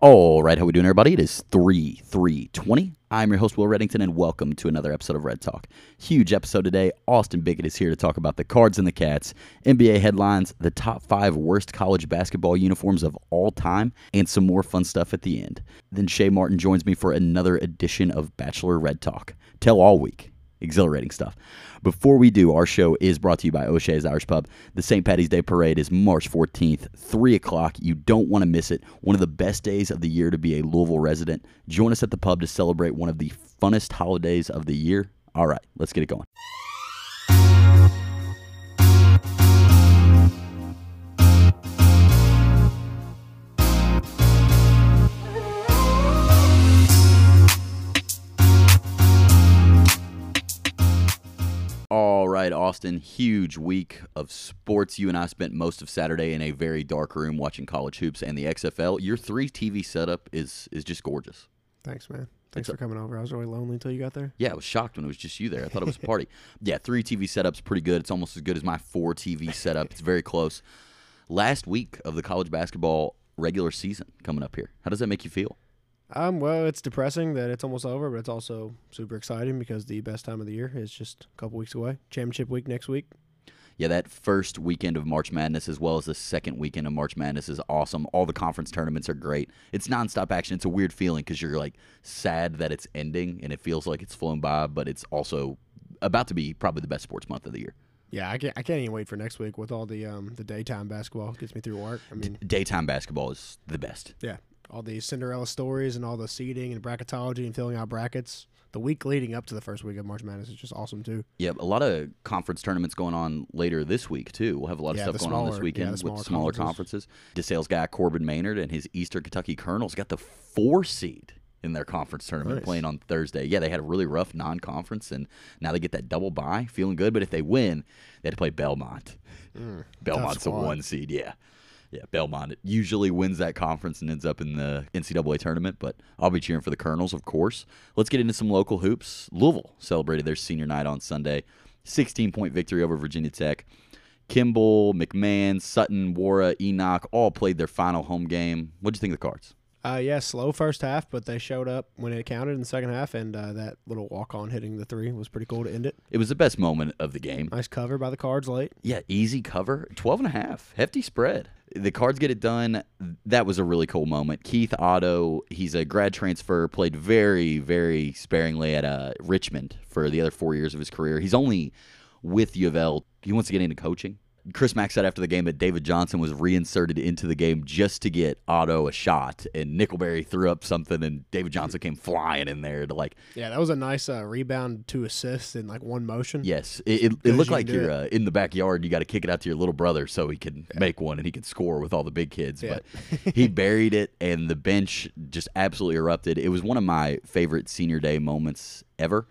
All right, how we doing, everybody? It is 3 3 20. I'm your host, Will Reddington, and welcome to another episode of Red Talk. Huge episode today. Austin Biggett is here to talk about the cards and the cats, NBA headlines, the top five worst college basketball uniforms of all time, and some more fun stuff at the end. Then Shay Martin joins me for another edition of Bachelor Red Talk. Tell all week exhilarating stuff. Before we do, our show is brought to you by O'Shea's Irish Pub. The St. Patty's Day Parade is March 14th, 3 o'clock. You don't want to miss it. One of the best days of the year to be a Louisville resident. Join us at the pub to celebrate one of the funnest holidays of the year. All right, let's get it going. All right, Austin, huge week of sports. You and I spent most of Saturday in a very dark room watching college hoops and the XFL. Your three TV setup is is just gorgeous. Thanks, man. Thanks for coming over. I was really lonely until you got there. Yeah, I was shocked when it was just you there. I thought it was a party. yeah, three TV setup's pretty good. It's almost as good as my four TV setup. It's very close. Last week of the college basketball regular season coming up here. How does that make you feel? Um, well, it's depressing that it's almost over, but it's also super exciting because the best time of the year is just a couple weeks away. Championship week next week. Yeah, that first weekend of March Madness as well as the second weekend of March Madness is awesome. All the conference tournaments are great. It's nonstop action. It's a weird feeling because you're like sad that it's ending and it feels like it's flown by, but it's also about to be probably the best sports month of the year. Yeah, I can't. I can't even wait for next week with all the um the daytime basketball gets me through work. I mean, Daytime basketball is the best. yeah, all the Cinderella stories and all the seeding and bracketology and filling out brackets. The week leading up to the first week of March Madness is just awesome too. Yeah, a lot of conference tournaments going on later this week too. We'll have a lot of Yeah, stuff the going on this smaller- weekend yeah, the with smaller smaller conferences. DeSales guy Corbin Maynard and his Eastern Kentucky Colonels got the four seed in their conference tournament Nice. playing on Thursday. Yeah, they had a really rough non-conference, and now they get that double bye, feeling good. But if they win, they had to play Belmont. Belmont's a squad. one seed. Yeah. Yeah, Belmont usually wins that conference and ends up in the NCAA tournament, but I'll be cheering for the Colonels, of course. Let's get into some local hoops. Louisville celebrated their senior night on Sunday, 16 point victory over Virginia Tech. Kimball, McMahon, Sutton, Wara, Enoch all played their final home game. What'd you think of the cards? Uh, yeah, slow first half, but they showed up when it counted in the second half, and uh, that little walk on hitting the three was pretty cool to end it. It was the best moment of the game. Nice cover by the Cards late. Yeah, easy cover. 12 and a half. Hefty spread. The cards get it done. That was a really cool moment. Keith Otto, he's a grad transfer, played very, very sparingly at uh, Richmond for the other four years of his career. He's only with U of L. He wants to get into coaching. Chris Mack said after the game that David Johnson was reinserted into the game just to get Otto a shot, and Nickelberry threw up something, and David Johnson came flying in there to like Yeah, that was a nice uh, rebound, two assists in like one motion. Yes, it, it, it as looked you like can do you're uh, in the backyard. You got to kick it out to your little brother so he can make one and he can score with all the big kids. Yeah. But he buried it, and the bench just absolutely erupted. It was one of my favorite senior day moments ever,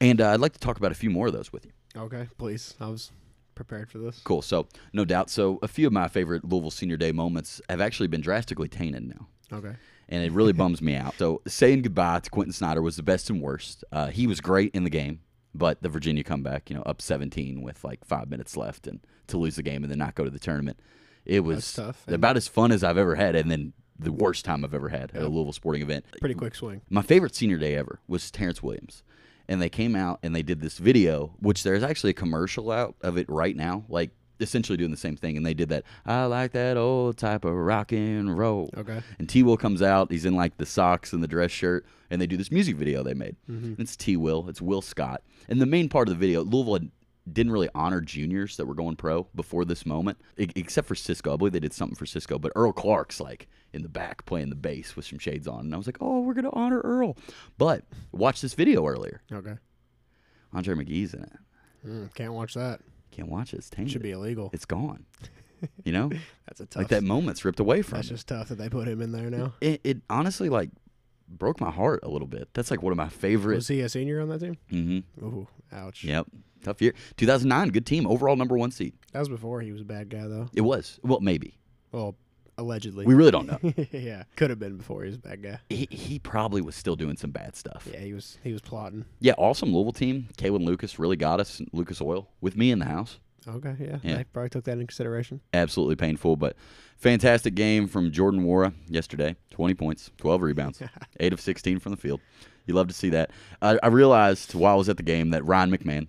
and uh, I'd like to talk about a few more of those with you. Okay, please. I was prepared for this. Cool. So no doubt. So a few of my favorite Louisville senior day moments have actually been drastically tainted now Okay. and it really bums me out. So saying goodbye to Quentin Snyder was the best and worst. Uh, he was great in the game, but the Virginia comeback, you know, up 17 with like five minutes left, and to lose the game and then not go to the tournament, it was That's tough. And- about as fun as I've ever had, and then the worst time I've ever had at a Louisville sporting event. Pretty quick swing. My favorite senior day ever was Terrence Williams. And they came out and they did this video, which there's actually a commercial out of it right now, like essentially doing the same thing. And they did that, I like that old type of rock and roll. Okay. And T Will comes out. He's in like the socks and the dress shirt, and they do this music video they made. Mm-hmm. And It's T Will. It's Will Scott. And the main part of the video, Louisville had, didn't really honor juniors that were going pro before this moment, e- except for Cisco. I believe they did something for Cisco, but Earl Clark's like in the back playing the bass with some shades on. And I was like, oh, we're going to honor Earl. But watch this video earlier. Okay. Andre McGee's in it. Mm, can't watch that. Can't watch it. It's tainted. Should be illegal. It's gone. You know? That's a tough. Mm. like that moment's ripped away from that's us. just tough that they put him in there now. it, it honestly like broke my heart a little bit. That's like one of my favorite. Was he a senior on that team? hmm Ooh, ouch. Yep, tough year. 2009, good team, overall number one seed. That was before he was a bad guy though. It was well, maybe Well, allegedly. we really don't know. yeah, could have been before he was a bad guy. he, he probably was still doing some bad stuff. Yeah, he was. He was plotting. Yeah, awesome Louisville team. Kalen Lucas really got us. Lucas Oil with me in the house. Okay, yeah. Yeah. They probably took that into consideration. Absolutely painful, but fantastic game from Jordan Wara yesterday. 20 points, 12 rebounds, 8 of 16 from the field. You love to see that. I, I realized while I was at the game that Ryan McMahon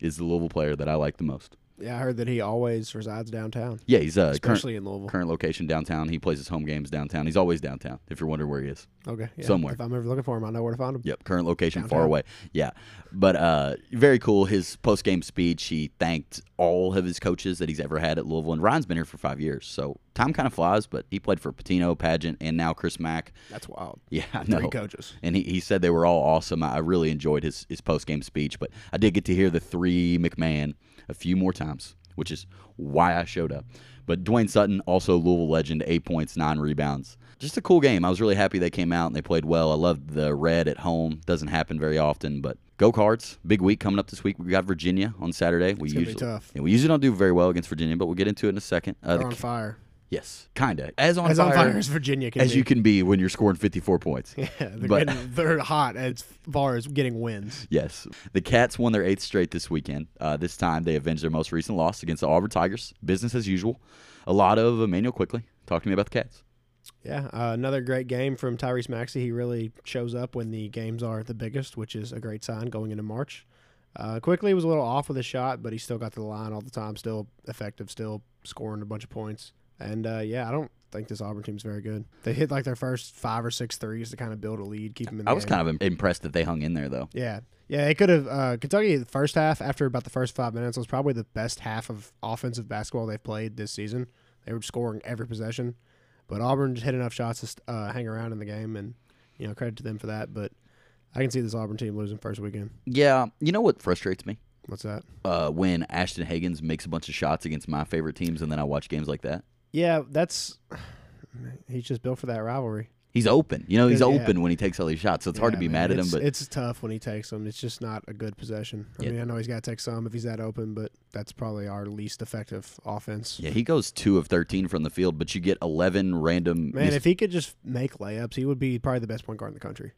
is the Louisville player that I like the most. Yeah, I heard that he always resides downtown, Yeah, he's a current, especially in Louisville. current location downtown. He plays his home games downtown. He's always downtown, if you're wondering where he is. Okay, yeah. somewhere. If I'm ever looking for him, I know where to find him. Yep, current location, far Downtown. away. Yeah, but uh, very cool. His post game speech, he thanked all of his coaches that he's ever had at Louisville, and Ryan's been here for five years, so time kind of flies. But he played for Patino, Pageant, and now Chris Mack. That's wild. Yeah, I Three know. coaches. And he, he said they were all awesome. I, I really enjoyed his his post game speech, but I did get to hear the three McMahon a few more times, which is why I showed up. But Dwayne Sutton, also Louisville legend, eight points, nine rebounds. Just a cool game. I was really happy they came out and they played well. I loved the red at home. Doesn't happen very often, but go Cards. Big week coming up this week. We got Virginia on Saturday. We gonna be usually tough. Yeah, we usually don't do very well against Virginia, but we'll get into it in a second. Uh, They're the- on fire. yes, kinda as on As fire, on fire as Virginia can as be. you can be when you're scoring 54 points. yeah, they're, but- getting, they're hot as far as getting wins. Yes. The Cats won their eighth straight this weekend. Uh, this time they avenged their most recent loss against the Auburn Tigers. Business as usual. A lot of Emmanuel quickly. Talk to me about the Cats. Yeah, uh, another great game from Tyrese Maxey. He really shows up when the games are the biggest, which is a great sign going into March. Uh, quickly was a little off with his shot, but he still got to the line all the time, still effective, still scoring a bunch of points. And uh, yeah, I don't think this Auburn team's very good. They hit like their first five or six threes to kind of build a lead, keep them in the I was game. kind of im- impressed that they hung in there, though. Yeah. Yeah, it could have uh, Kentucky the first half after about the first five minutes was probably the best half of offensive basketball they've played this season. They were scoring every possession, but Auburn just hit enough shots to st- uh, hang around in the game, and you know credit to them for that. But I can see this Auburn team losing first weekend. Yeah. You know what frustrates me? What's that? Uh, when Ashton Hagens makes a bunch of shots against my favorite teams, and then I watch games like that. Yeah, that's he's just built for that rivalry. He's open. You know, he's Yeah. open when he takes all these shots, so it's hard to Yeah, be man, mad at him. it's- But it's tough when he takes them. It's just not a good possession. I Yeah. mean, I know he's got to take some if he's that open, but that's probably our least effective offense. yeah, he goes two of 13 from the field, but you get 11 random. Man, mis- if he could just make layups, he would be probably the best point guard in the country.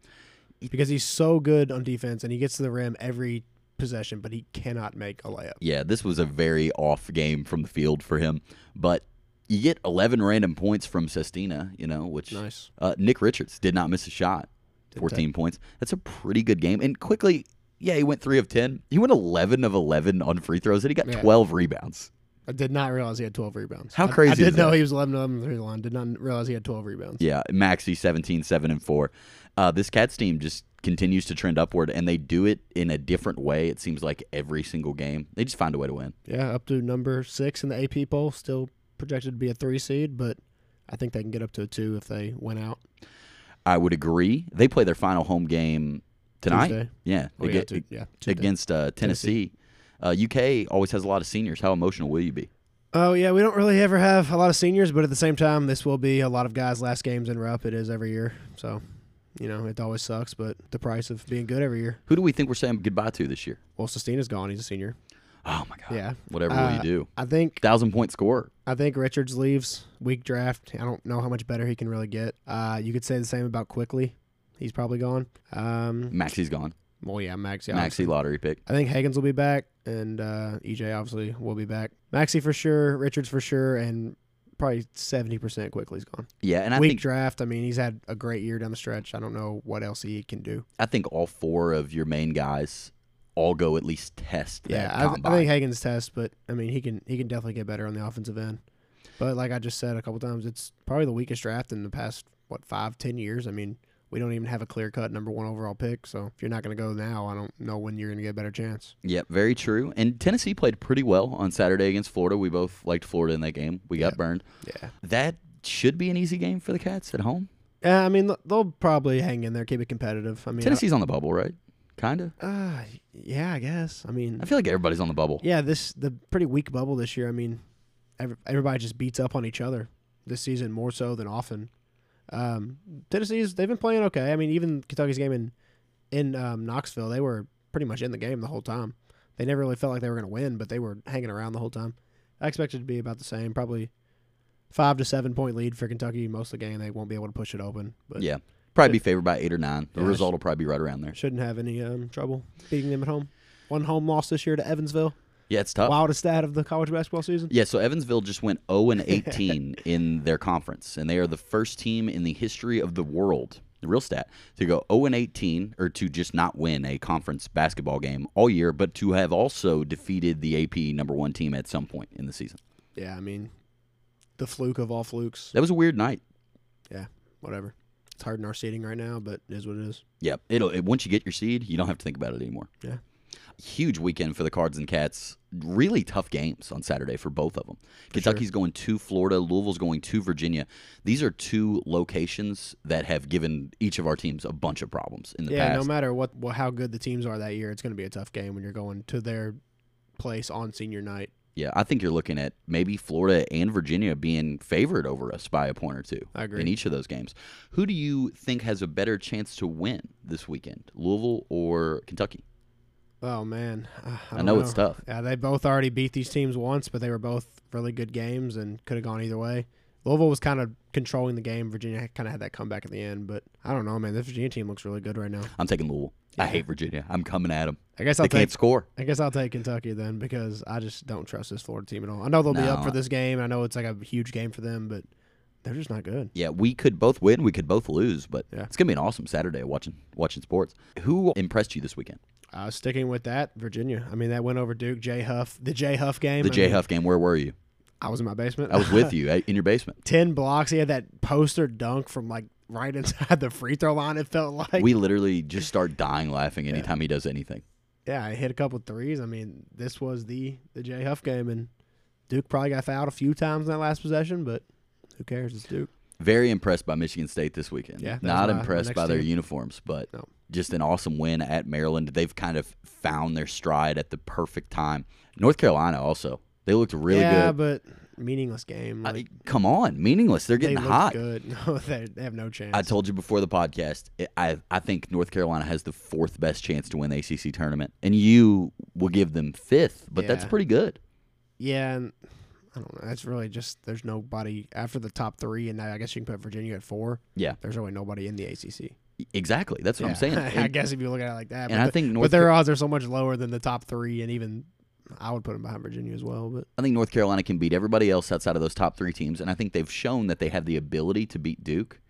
Because he's so good on defense and he gets to the rim every possession, but he cannot make a layup. yeah, this was a very off game from the field for him. But you get 11 random points from Sestina, you know, which Nice. uh, Nick Richards did not miss a shot, 14 points. That's a pretty good game. And quickly, yeah, he went three of 10. He went 11 of 11 on free throws, and he got Yeah. 12 rebounds. I did not realize he had 12 rebounds. How I- crazy I did is know that? he was 11 of them on the three line. Did not realize he had 12 rebounds. Yeah, Maxi 17, 7 and 4. Uh, this Cats team just continues to trend upward, and they do it in a different way. It seems like every single game, they just find a way to win. Yeah, up to number six in the AP poll. Still projected to be a three seed, but I think they can get up to a two if they win out. I would agree. They play their final home game tonight. Tuesday. Yeah, Oh, they yeah, get- two, yeah, Tuesday. against uh, Tennessee. Uh, UK always has a lot of seniors. How emotional will you be? Oh yeah, we don't really ever have a lot of seniors, but at the same time, this will be a lot of guys' last games in rep. It is every year, so you know it always sucks, but the price of being good every year. Who do we think we're saying goodbye to this year? Well, Sustina's gone; he's a senior. Oh my god! Yeah, Whatever will Uh, you do? I think Thousand point scorer. I think Richards leaves weak draft. I don't know how much better he can really get. Uh, you could say the same about quickly. He's probably gone. Um, Maxi's gone. well, yeah, Maxi. Maxi obviously. lottery pick. I think Higgins will be back, and uh, EJ obviously will be back. Maxi for sure, Richards for sure, and probably seventy percent quickly's gone. Yeah, and I weak think draft. I mean, he's had a great year down the stretch. I don't know what else he can do. I think all four of your main guys all go at least test. Yeah, that I, I combine. think Hagen's test, but I mean, he can he can definitely get better on the offensive end. But like I just said a couple times, it's probably the weakest draft in the past what five ten years. I mean, we don't even have a clear cut number one overall pick. So if you're not going to go now, I don't know when you're going to get a better chance. Yep, very true. And Tennessee played pretty well on Saturday against Florida. We both liked Florida in that game. We got burned. Yeah. That should be an easy game for the Cats at home. Yeah, I mean, they'll probably hang in there, keep it competitive. I mean, Tennessee's on the bubble, right? Kinda. I, uh, yeah, I guess. I mean, I feel like everybody's on the bubble. Yeah, this the pretty weak bubble this year. I mean, every, everybody just beats up on each other this season more so than often. Um, Tennessee's they've been playing okay. I mean, even Kentucky's game in in um, Knoxville, they were pretty much in the game the whole time. They never really felt like they were going to win, but they were hanging around the whole time. I expect it to be about the same, probably five to seven point lead for Kentucky most of the game. They won't be able to push it open, but Yeah. Probably be favored by eight or nine. The Yeah, I result will probably be right around there. shouldn't have any um, trouble beating them at home. One home loss this year to Evansville. Yeah, it's tough. Wildest stat of the college basketball season. Yeah, so Evansville just went 0 and 18 in their conference, and they are the first team in the history of the world, the real stat, to go 0 and 18 or to just not win a conference basketball game all year, but to have also defeated the AP number one team at some point in the season. Yeah, I mean, the fluke of all flukes. That was a weird night. Whatever. It's hard in our seating right now, but it is what it is. Yeah, it'll it, once you get your seed, you don't have to think about it anymore. Yeah. Huge weekend for the Cards and Cats. Really tough games on Saturday for both of them. Kentucky's going to Florida, Louisville's going to Virginia. These are two locations that have given each of our teams a bunch of problems in the yeah, past. no matter what, what how good the teams are that year, it's going to be a tough game when you're going to their place on senior night. yeah, I think you're looking at maybe Florida and Virginia being favored over us by a point or two I agree. in each of those games. Who do you think has a better chance to win this weekend, Louisville or Kentucky? Oh man, Uh, I, I don't know it's tough. Yeah, they both already beat these teams once, but they were both really good games and could have gone either way. Louisville was kind of controlling the game. Virginia kind of had that comeback at the end, but I don't know, man. This Virginia team looks really good right now. I'm taking Louisville. I hate Virginia. I'm coming at them. I guess They I'll can't take. score. I guess I'll take Kentucky then because I just don't trust this Florida team at all. I know they'll be up No. for this game. I know it's like a huge game for them, but they're just not good. Yeah, we could both win, we could both lose, but Yeah. it's gonna be an awesome Saturday watching watching sports. Who impressed you this weekend? Uh, sticking with that, Virginia. I mean, that went over Duke. J Huff, the J Huff game. The I J mean, Huff game. Where were you? I was in my basement. I was with you eh, in your basement. Ten blocks. He had that poster dunk from like right inside the free throw line. It felt like. We literally just start dying laughing anytime he does anything. yeah, I hit a couple threes. I mean, this was the the J Huff game, and Duke probably got fouled a few times in that last possession, but who cares? It's Duke. Very impressed by Michigan State this weekend. Yeah, that was not my- my impressed next by their team. uniforms, but No. just an awesome win at Maryland. They've kind of found their stride at the perfect time. North Carolina also. They looked really yeah, good. but meaningless game. I- Like, come on, meaningless. They're they getting look hot. good. No, they, they have no chance. I told you before the podcast, it- I I think North Carolina has the fourth best chance to win the ACC tournament, and you will give them fifth, but that's Yeah. pretty good. yeah, and I don't know. That's really just there's nobody after the top three, and I guess you can put Virginia at four. Yeah. there's really nobody in the ACC. E, Exactly, that's what I'm Yeah. saying. I And, guess if you look at it like that, and but, I the- think but North, their odds are so much lower than the top three, and even I would put them behind Virginia as well. But I think North Carolina can beat everybody else outside of those top three teams, and I think they've shown that they have the ability to beat Duke,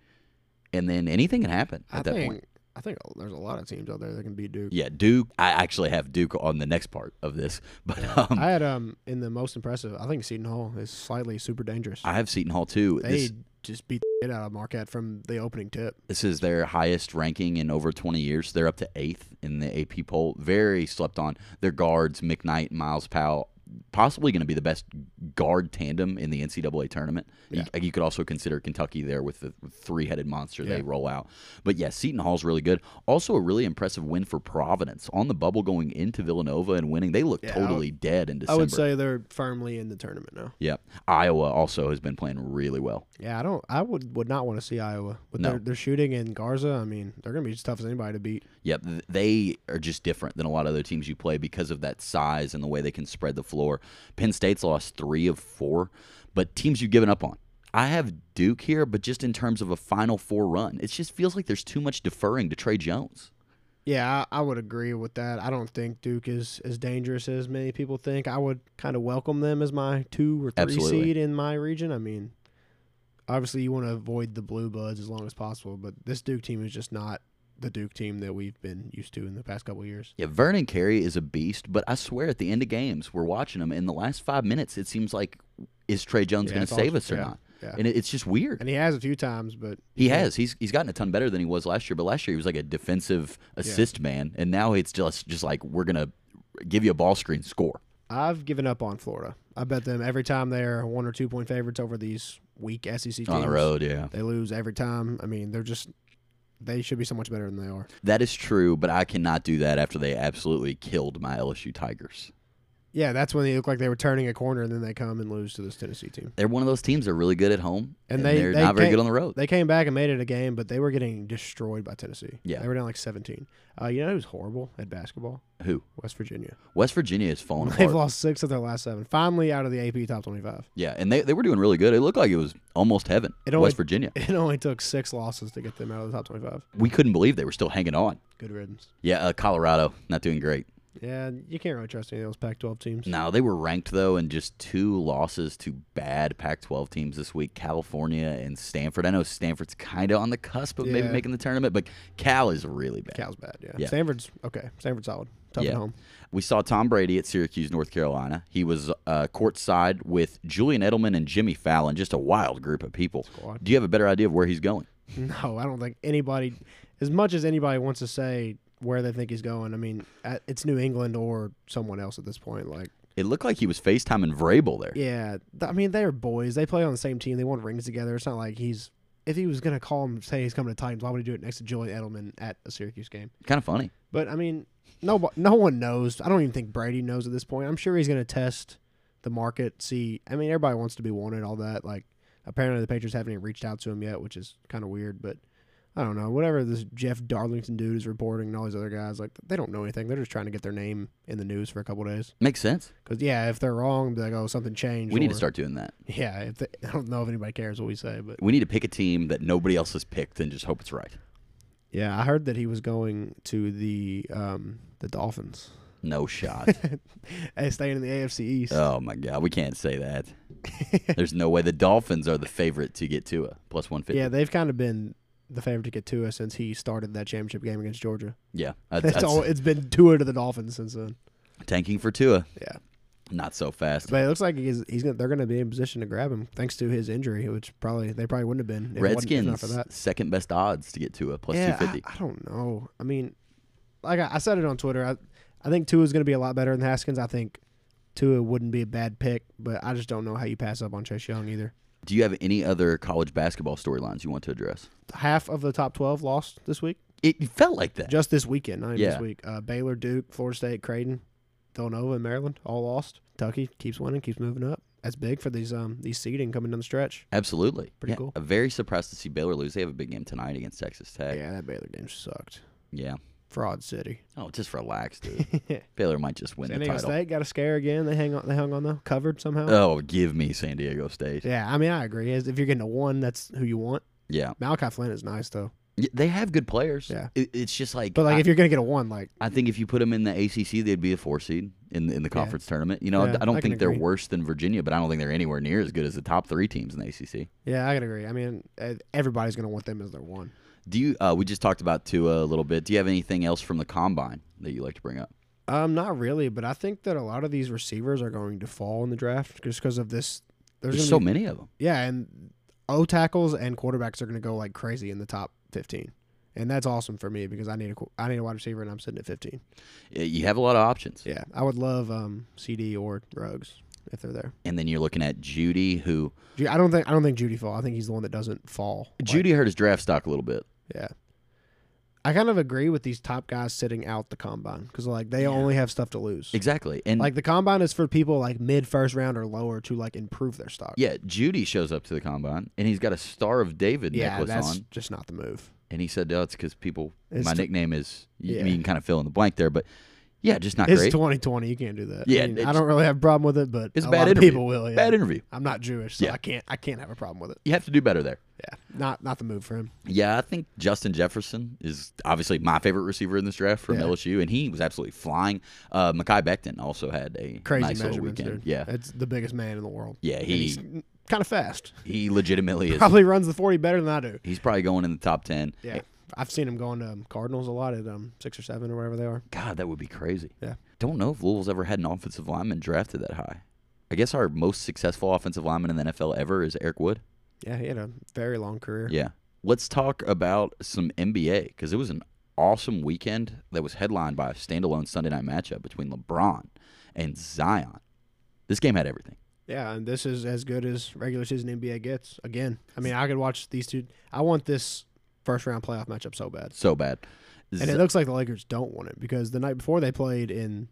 and then anything can happen at I that think point. I think there's a lot of teams out there that can beat Duke. Yeah, Duke. I actually have Duke on the next part of this, but um, I had um in the most impressive. I think Seton Hall is slightly super dangerous. I have Seton Hall too. they This, just beat the shit out of Marquette from the opening tip. This is their highest ranking in over 20 years. They're up to eighth in the AP poll. Very slept on. Their guards, McKnight, Miles Powell, possibly going to be the best guard tandem in the NCAA tournament. You- You, could also consider Kentucky there with the three headed monster they Yeah. roll out. But yeah, Seton Hall's really good. Also, a really impressive win for Providence on the bubble going into Villanova and winning. They look Yeah, I would- totally dead in December. I would say they're firmly in the tournament now. yeah. Iowa also has been playing really well. Yeah, I don't. I would would not want to see Iowa with No. their, their shooting and Garza. I mean, they're gonna be as tough as anybody to beat. Yep, th- they are just different than a lot of other teams you play because of that size and the way they can spread the floor. Penn State's lost three of four, but teams you've given up on. I have Duke here, but just in terms of a Final Four run, it just feels like there's too much deferring to Trey Jones. Yeah, I, I would agree with that. I don't think Duke is as dangerous as many people think. I would kind of welcome them as my two or three Absolutely. seed in my region. I mean, obviously you want to avoid the blue buds as long as possible, but this Duke team is just not the Duke team that we've been used to in the past couple of years. Yeah, Vernon Carey is a beast, but I swear at the end of games, we're watching him. In the last five minutes, it seems like is Trey Jones Yeah, going it's to all- save us or yeah, not? yeah. And it, it's just weird. And he has a few times, but He has. He's he's gotten a ton better than he was last year. But last year he was like a defensive assist man, and now it's just just like we're gonna give you a ball screen, score. I've given up on Florida. I bet them every time they're one or two point favorites over these weak SEC teams. On the road, yeah. They lose every time. I mean, they're just they should be so much better than they are. That is true, but I cannot do that after they absolutely killed my LSU Tigers. Yeah, that's when they look like they were turning a corner, and then they come and lose to this Tennessee team. They're one of those teams that are really good at home, and, And they- are they not very can't- good on the road. They came back and made it a game, but they were getting destroyed by Tennessee. Yeah. they were down like seventeen. Uh, you know who's horrible at basketball? Who? West Virginia. West Virginia is falling They've apart. lost six of their last seven. Finally, out of the AP top twenty-five. yeah, and they, they were doing really good. It looked like it was almost heaven. It only- West Virginia. It only took six losses to get them out of the top twenty-five. We couldn't believe they were still hanging on. Good riddance. Yeah, uh, Colorado not doing great. Yeah, you can't really trust any of those Pac-12 teams. No, they were ranked though, and just two losses to bad Pac-12 teams this week: California and Stanford. I know Stanford's kind of on the cusp of maybe Yeah. making the tournament, but Cal is really bad. Cal's bad. Yeah. Yeah. Stanford's okay. Stanford's solid. Tough Yeah. at home. We saw Tom Brady at Syracuse, North Carolina. He was uh, courtside with Julian Edelman and Jimmy Fallon. Just a wild group of people. Squad. Do you have a better idea of where he's going? No, I don't think anybody, as much as anybody wants to say where they think he's going. I mean, at, it's New England or someone else at this point. Like, It looked like he was FaceTiming Vrabel there. yeah, th- I mean they're boys. They play on the same team. They won rings together. It's not like he's. If he was gonna call him, say he's coming to Titans, why would he do it next to Julian Edelman at a Syracuse game? Kind of funny. But I mean, no, no one knows. I don't even think Brady knows at this point. I'm sure he's going to test the market. See, I mean, everybody wants to be wanted, all that. Like, apparently the Patriots haven't even reached out to him yet, which is kind of weird. But I don't know. Whatever this Jeff Darlington dude is reporting and all these other guys, like, they don't know anything. They're just trying to get their name in the news for a couple days. Makes sense. Because yeah, if they're wrong, they're like, oh, something changed. We need to or- start doing that. Yeah, if they, I don't know if anybody cares what we say, but We need to pick a team that nobody else has picked and just hope it's right. yeah, I heard that he was going to the um the Dolphins. No shot. Hey, staying in the AFC East. oh my God, we can't say that. There's no way the Dolphins are the favorite to get Tua plus one fifty. Yeah, they've kind of been the favorite to get Tua since he started that championship game against Georgia. yeah, that's, That's, that's all. It's been Tua to the Dolphins since then. tanking for Tua. Yeah, Not so fast. but it looks like he's he's gonna, they're going to be in position to grab him thanks to his injury, which probably they probably wouldn't have been. if it wasn't- if not Redskins for that. second best odds to get Tua plus yeah, two fifty. I, I don't know. I mean, like I, I said it on Twitter, I I think Tua is going to be a lot better than Haskins. I think Tua wouldn't be a bad pick, but I just don't know how you pass up on Chase Young either. Do you have any other college basketball storylines you want to address? Half of the top twelve lost this week. It felt like that. just this weekend, not even Yeah. this week. Uh, Baylor, Duke, Florida State, Creighton, Villanova, and Maryland all lost. Kentucky keeps winning, keeps moving up. That's big for these um these seeding coming down the stretch. Absolutely. Pretty Yeah, cool. I'm very surprised to see Baylor lose. They have a big game tonight against Texas Tech. Yeah. Yeah, that Baylor game sucked. Fraud City. Oh, just relax, dude. Baylor might just win San the Diego title. State got a scare again. They hang on. They hung on though, covered somehow. Oh, give me San Diego State. Yeah. yeah, I mean I agree. As- If you're getting a one, that's who you want. Malachi Flynn is nice though, Y- They have good players. Yeah. It, it's just like, but like I, if you're gonna get a one, like I think if you put them in the ACC, they'd be a four seed in the, in the Yeah. conference tournament. You know, I- Yeah, I don't I can think they're agree. worse than Virginia, but I don't think they're anywhere near as good as the top three teams in the ACC. yeah, I can agree. I mean eh, everybody's gonna want them as their one. Do you? Uh, we just talked about Tua a little bit. Do you have anything else from the combine that you like to bring up? Um, not really, but I think that a lot of these receivers are going to fall in the draft just because of this. There's, There's, gonna so be- many of them. Yeah, and O tackles and quarterbacks are going to go like crazy in the top 15, and that's awesome for me because I need a qu- I need a wide receiver and I'm sitting at 15. Y- You have a lot of options. Yeah, I would love um, CD or Ruggs if they're there. And then you're looking at Judy, who Ju- I don't think I don't think Judy fall. I think he's the one that doesn't fall. Like, Judy hurt his draft stock a little bit. yeah. I kind of agree with these top guys sitting out the combine because like they Yeah. only have stuff to lose. Exactly. And Like the combine is for people like mid first round or lower to like improve their stock. yeah, Judy shows up to the combine and he's got a Star of David yeah, necklace that's on. just not the move. and he said, "Oh, it's because people. It's my t- nickname is. You, Yeah. you can kind of fill in the blank there, but yeah, just not it's great. 2020. You can't do that. Yeah, I, mean, it's- I don't really have a problem with it, but It's a a bad lot of interview. people will. Yeah. Bad interview. I'm not Jewish, so Yeah. I can't. I can't have a problem with it. You have to do better there. Yeah, not not the move for him. Yeah, I think Justin Jefferson is obviously my favorite receiver in this draft from Yeah. LSU, and he was absolutely flying. Uh, Makai Becton also had a Crazy nice little measurements, weekend. dude. Yeah, it's the biggest man in the world. yeah, And he's he kind of fast. he legitimately is. Probably runs the 40 better than I do. He's probably going in the top ten. Yeah, I've seen him going to um, Cardinals a lot at um six or seven or whatever they are. God, that would be crazy. Yeah. Don't know if Louisville's ever had an offensive lineman drafted that high. I guess our most successful offensive lineman in the NFL ever is Eric Wood. Yeah, he had a very long career. Yeah. Let's talk about some NBA because it was an awesome weekend that was headlined by a standalone Sunday night matchup between LeBron and Zion. This game had everything. Yeah, and this is as good as regular season NBA gets. Again, I mean, I could watch these two. I want this first round playoff matchup so bad. So bad. And Z- it looks like the Lakers don't want it because the night before they played in,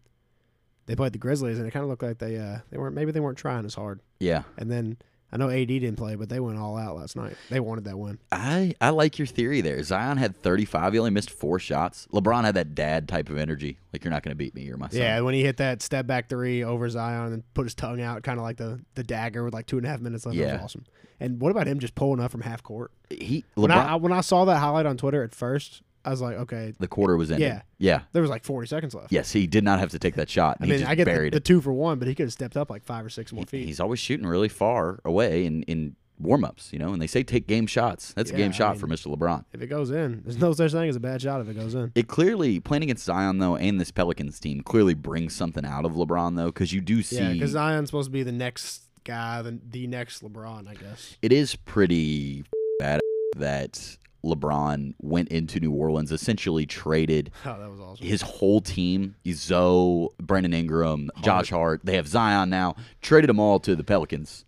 they played the Grizzlies, and it kind of looked like they uh they weren't maybe they weren't trying as hard. yeah. And then I know AD didn't play, but they went all out last night. They wanted that win. I, I like your theory there. Zion had 35. He only missed four shots. LeBron had that dad type of energy. Like, you're not going to beat me. You're my son. Yeah, when he hit that step back three over Zion and put his tongue out, kind of like the the dagger with like two and a half minutes left. That Yeah. was awesome. And what about him just pulling up from half court? He, When LeBron, I, I when I saw that highlight on Twitter at first, I was like, okay, The quarter was ending. Yeah. Yeah. there was like 40 seconds left. Yes, he did not have to take that shot. I he mean, just I get the, buried the it. two for one, but he could have stepped up like five or six more He- feet. He's always shooting really far away in, in warm ups, you know, and they say take game shots. That's a Yeah, game I shot mean- for Mr. LeBron. If it goes in, there's no such thing as a bad shot if it goes in. It clearly, playing against Zion, though, and this Pelicans team clearly brings something out of LeBron, though, because you do Yeah, see because Zion's supposed to be the next guy, the, the next LeBron, I guess. it is pretty bad that LeBron went into New Orleans, essentially traded Oh, that was awesome. his whole team, Zoe, Brandon Ingram, Josh Hart. They have Zion now. Traded them all to the Pelicans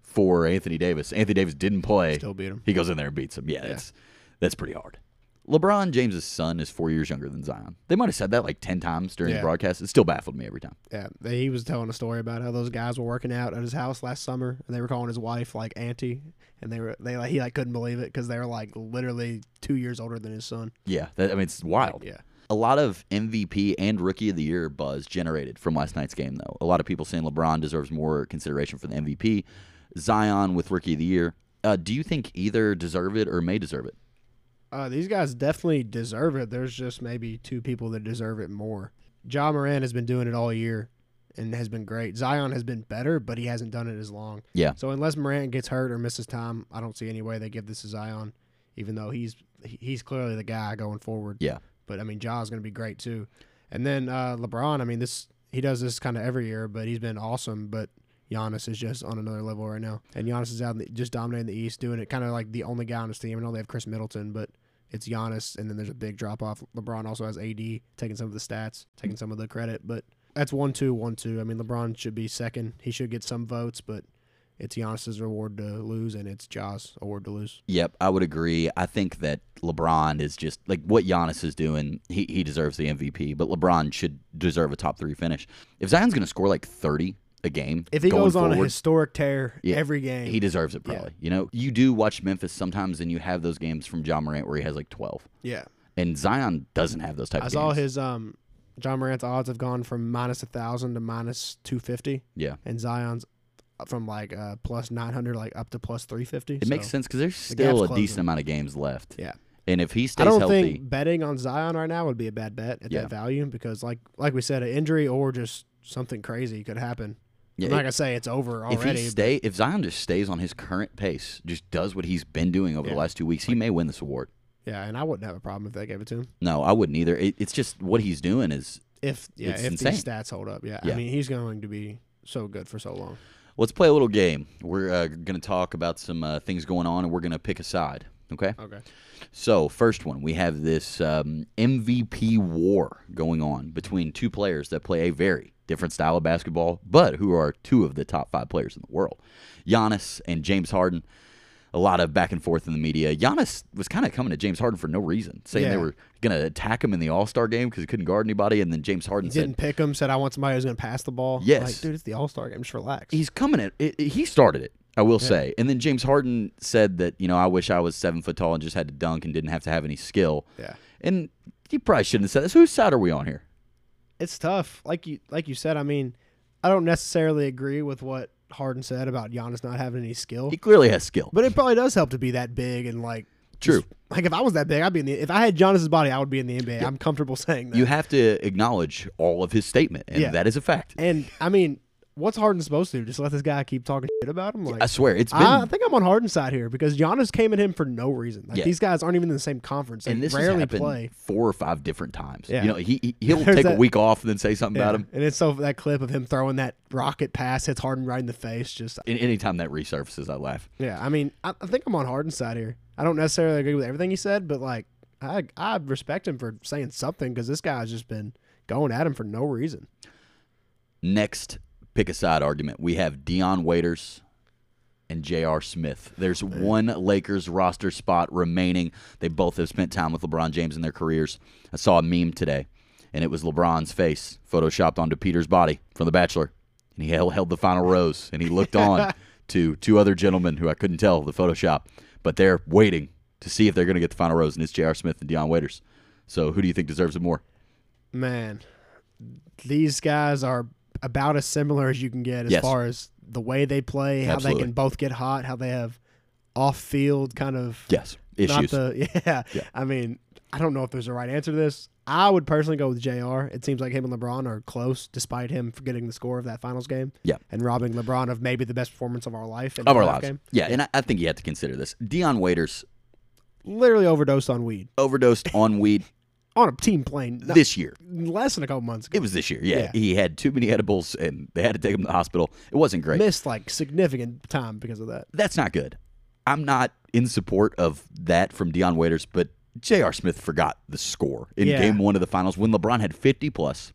for Anthony Davis. Anthony Davis didn't play. Still beat him. He goes in there and beats him. Yeah, that's that's pretty hard. LeBron James's son is four years younger than Zion. They might have said that like ten times during the Yeah. broadcast. It still baffled me every time. Yeah, they- he was telling a story about how those guys were working out at his house last summer, and they were calling his wife like auntie, and they were they like he like couldn't believe it because they were like literally two years older than his son. Yeah, that, I mean it's wild. Yeah, A lot of MVP and Rookie of the Year buzz generated from last night's game, though. A lot of people saying LeBron deserves more consideration for the MVP. Zion with Rookie of the Year. Uh, do you think either deserve it or may deserve it? uh, these guys definitely deserve it. There's just maybe two people that deserve it more. John Moran has been doing it all year, and has been great. Zion has been better, but he hasn't done it as long. Yeah. So unless Morant gets hurt or misses time, I don't see any way they give this to Zion, even though he's he- he's clearly the guy going forward. Yeah. But I mean, Ja's going to be great too. And then uh, LeBron, I mean, this he does this kind of every year, but he's been awesome. But Giannis is just on another level right now, and Giannis is out in the, just dominating the East, doing it kind of like the only guy on his team. I know they have Chris Middleton, but it's Giannis, and then there's a big drop off. LeBron also has AD taking some of the stats, taking some of the credit, but that's one two one two. I mean, LeBron should be second. He should get some votes, but it's Giannis's award to lose, and it's Ja's award to lose. Yep, I would agree. I think that LeBron is just like what Giannis is doing. He he deserves the MVP, but LeBron should deserve a top three finish. If Zion's going to score like thirty a game, If he going goes on a forward, historic tear Yeah, every game, he deserves it probably. You know, you do watch Memphis sometimes, and you have those games from John Morant where he has like twelve, yeah. and Zion doesn't have those type. I of saw games. his um, John Morant's odds have gone from minus a thousand to minus two fifty, Yeah, and Zion's from like uh, plus nine hundred, like up to plus three fifty. it makes sense because there's gap's still a closing. decent amount of games left. Yeah. and if he I stays don't healthy, think betting on Zion right now would be a bad bet at Yeah. that value because, like, like we said, an injury or just something crazy could happen. Yeah, I'm not gonna say it's over if already. he stay, if Zion just stays on his current pace, just does what he's been doing over the Yeah. last two weeks, he may win this award. yeah, and I wouldn't have a problem if they gave it to him. No, I wouldn't either. It, it's just what he's doing is If yeah, It's if insane. these stats hold up, yeah, Yeah. I mean he's going to be so good for so long. let's play a little game. We're uh, going to talk about some uh, things going on and we're going to pick a side. Okay. Okay, So, first one, we have this um, MVP war going on between two players that play a very different style of basketball, but who are two of the top five players in the world Giannis and James Harden. A lot of back and forth in the media. Giannis was kind of coming at James Harden for no reason, saying they Yeah. were going to attack him in the All Star game because he couldn't guard anybody. And then James Harden he said, didn't pick him. Said I want somebody who's gonna pass the ball. Yes. like, dude, it's the All Star game. Just relax. he's coming at it, it- he started it i will say and then james harden said that you know i wish i was seven foot tall and just had to dunk and didn't have to have any skill yeah, and he probably shouldn't have said this whose side are we on here it's tough. Like you like you said, I mean, I don't necessarily agree with what Harden said about Giannis not having any skill, he clearly has skill but it probably does help to be that big and like. True. just- like if I was that big, I'd be in the. If I had Giannis's body, I would be in the NBA. I'm comfortable saying that. you have to acknowledge all of his statement and Yeah. that is a fact and I mean, what's Harden supposed to do? Just let this guy keep talking shit about him? Like, i swear it's been I think I'm on Harden's side here because Giannis came at him for no reason. Like Yeah. these guys aren't even in the same conference. They and this has rarely happened play. four or five different times Yeah. you know he, he he'll There's take a that- week off and then say something about Yeah. him And it's so that clip of him throwing that rocket pass hits Harden right in the face. Just and anytime that resurfaces i laugh yeah. I mean, I, I think I'm on Harden's side here. I don't necessarily agree with everything he said, but like I I respect him for saying something because this guy's just been going at him for no reason. next pick a side argument, we have Dion Waiters and J.R. Smith. There's one Lakers roster spot remaining. They both have spent time with LeBron James in their careers. I saw a meme today, and it was LeBron's face photoshopped onto Peter's body from The Bachelor. And he held, held the final rose, and he looked on to two other gentlemen who I couldn't tell the Photoshop, but they're waiting to see if they're going to get the final rose, and it's J.R. Smith and Dion Waiters. So who do you think deserves it more? man, these guys are about as similar as you can get as Yes. far as the way they play, how Absolutely. they can both get hot, how they have off field kind of Yes. issues. Not the yeah. Yeah. I mean, I don't know if there's a right answer to this. I would personally go with JR. It seems like him and LeBron are close, despite him forgetting the score of that finals game. Yeah. And robbing LeBron of maybe the best performance of our life in of the our playoff lives. game. Yeah, and I, I think you have to consider this. Dion Waiters Literally overdosed on weed. overdosed on weed On a team plane. Not, this year. less than a couple months ago. It was this year. Yeah, Yeah. he had too many edibles, and they had to take him to the hospital. It wasn't great. Missed like significant time because of that. That's not good. I'm not in support of that from Dion Waiters, but J.R. Smith forgot the score in Yeah. Game One of the Finals when LeBron had 50 plus.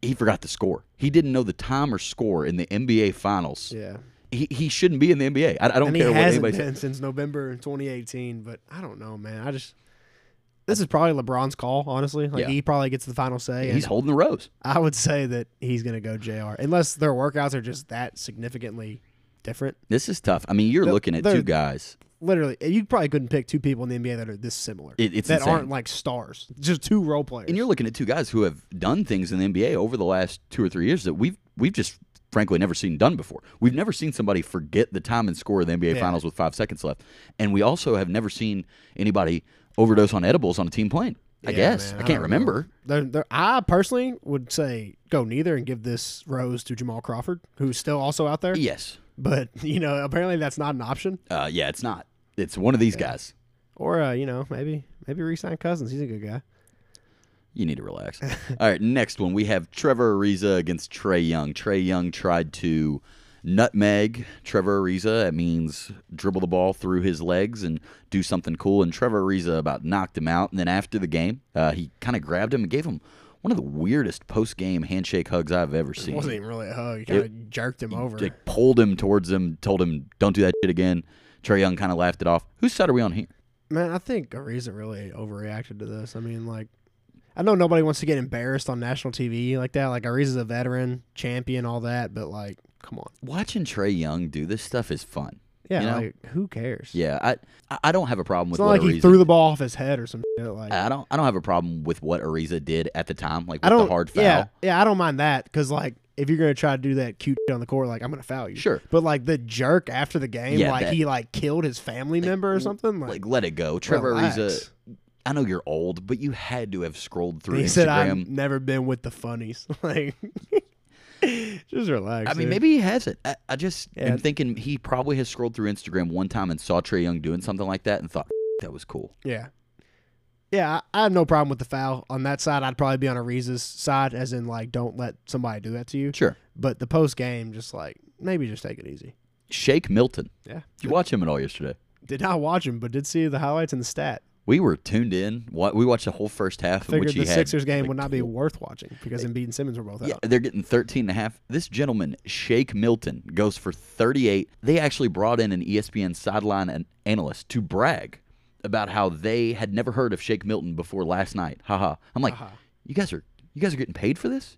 He forgot the score. He didn't know the time or score in the NBA Finals. Yeah. He, he shouldn't be in the NBA. I, I don't and he care what hasn't anybody says. been since November 2018. But I don't know, man. I just this is probably LeBron's call, honestly. Like Yeah. he probably gets the final say. He's and holding the rose. I would say that he's gonna go Jr. Unless their workouts are just that significantly different. This is tough. I mean, you're They're- looking at they're- two guys. Literally, you probably couldn't pick two people in the NBA that are this similar. It- it's that insane. aren't like stars. Just two role players. And you're looking at two guys who have done things in the NBA over the last two or three years that we've we've just frankly never seen done before. We've never seen somebody forget the time and score of the NBA Yeah. Finals with five seconds left, and we also have never seen anybody overdose on edibles on a team plane. I Yeah, guess man, I I can't don't know. remember. They're- they're- I personally would say go neither and give this rose to Jamal Crawford, who's still also out there. Yes, But you know, apparently that's not an option. uh, yeah, it's not. It's one of these guys. Or uh, you know, maybe maybe resign Cousins. He's a good guy. You need to relax. All right, next one we have Trevor Ariza against Trey Young. Trey Young tried to nutmeg Trevor Ariza. That means dribble the ball through his legs and do something cool. And Trevor Ariza about knocked him out. And then after the game, uh, he kind of grabbed him and gave him one of the weirdest post game handshake hugs I've ever It seen. wasn't even really a hug. He kind of jerked him over. Like pulled him towards him, told him, "Don't do that shit again." Trey Young kind of laughed it off. Whose side are we on here? Man, I think Ariza really overreacted to this. I mean, like, I know nobody wants to get embarrassed on national TV like that. Like Ariza's a veteran, champion, all that. But like, come on. Watching Trey Young do this stuff is fun. Yeah, You know? like who cares? Yeah, I I- I don't have a problem with It's not what like he Ariza threw the ball off his head or some shit. Like, I don't I don't have a problem with what Ariza did at the time, like with I don't. the hard foul. Yeah, yeah, I don't mind that because like if you're gonna try to do that cute shit on the court, like I'm gonna foul you. Sure. But like the jerk after the game, Yeah, like that- he like killed his family member or something. Like, Like let it go. Trevor Ariza relax. I know you're old, but you had to have scrolled through He Instagram. said, "I've never been with the funnies." Like, just relax. I mean, dude. maybe he has it. I, I just Yeah. am thinking he probably has scrolled through Instagram one time and saw Trey Young doing something like that and thought that was cool. Yeah, yeah. I, I have no problem with the foul on that side. I'd probably be on Ariza's side, as in like, don't let somebody do that to you. Sure. But the post game, just like maybe just take it easy. Shake Milton. Yeah. Did you watch him at all yesterday? Did not watch him, but did see the highlights and the stat. We were tuned in. Wa- We watched the whole first half in Figured which he the had Sixers game like, would not be worth watching because Embiid and Simmons were both out. Yeah, they're getting 13 and a half. This gentleman, Shake Milton, goes for 38. They actually brought in an E ESPN sideline an- analyst to brag about how they had never heard of Shake Milton before last night. Haha. I'm like, you guys are you guys are getting paid for this?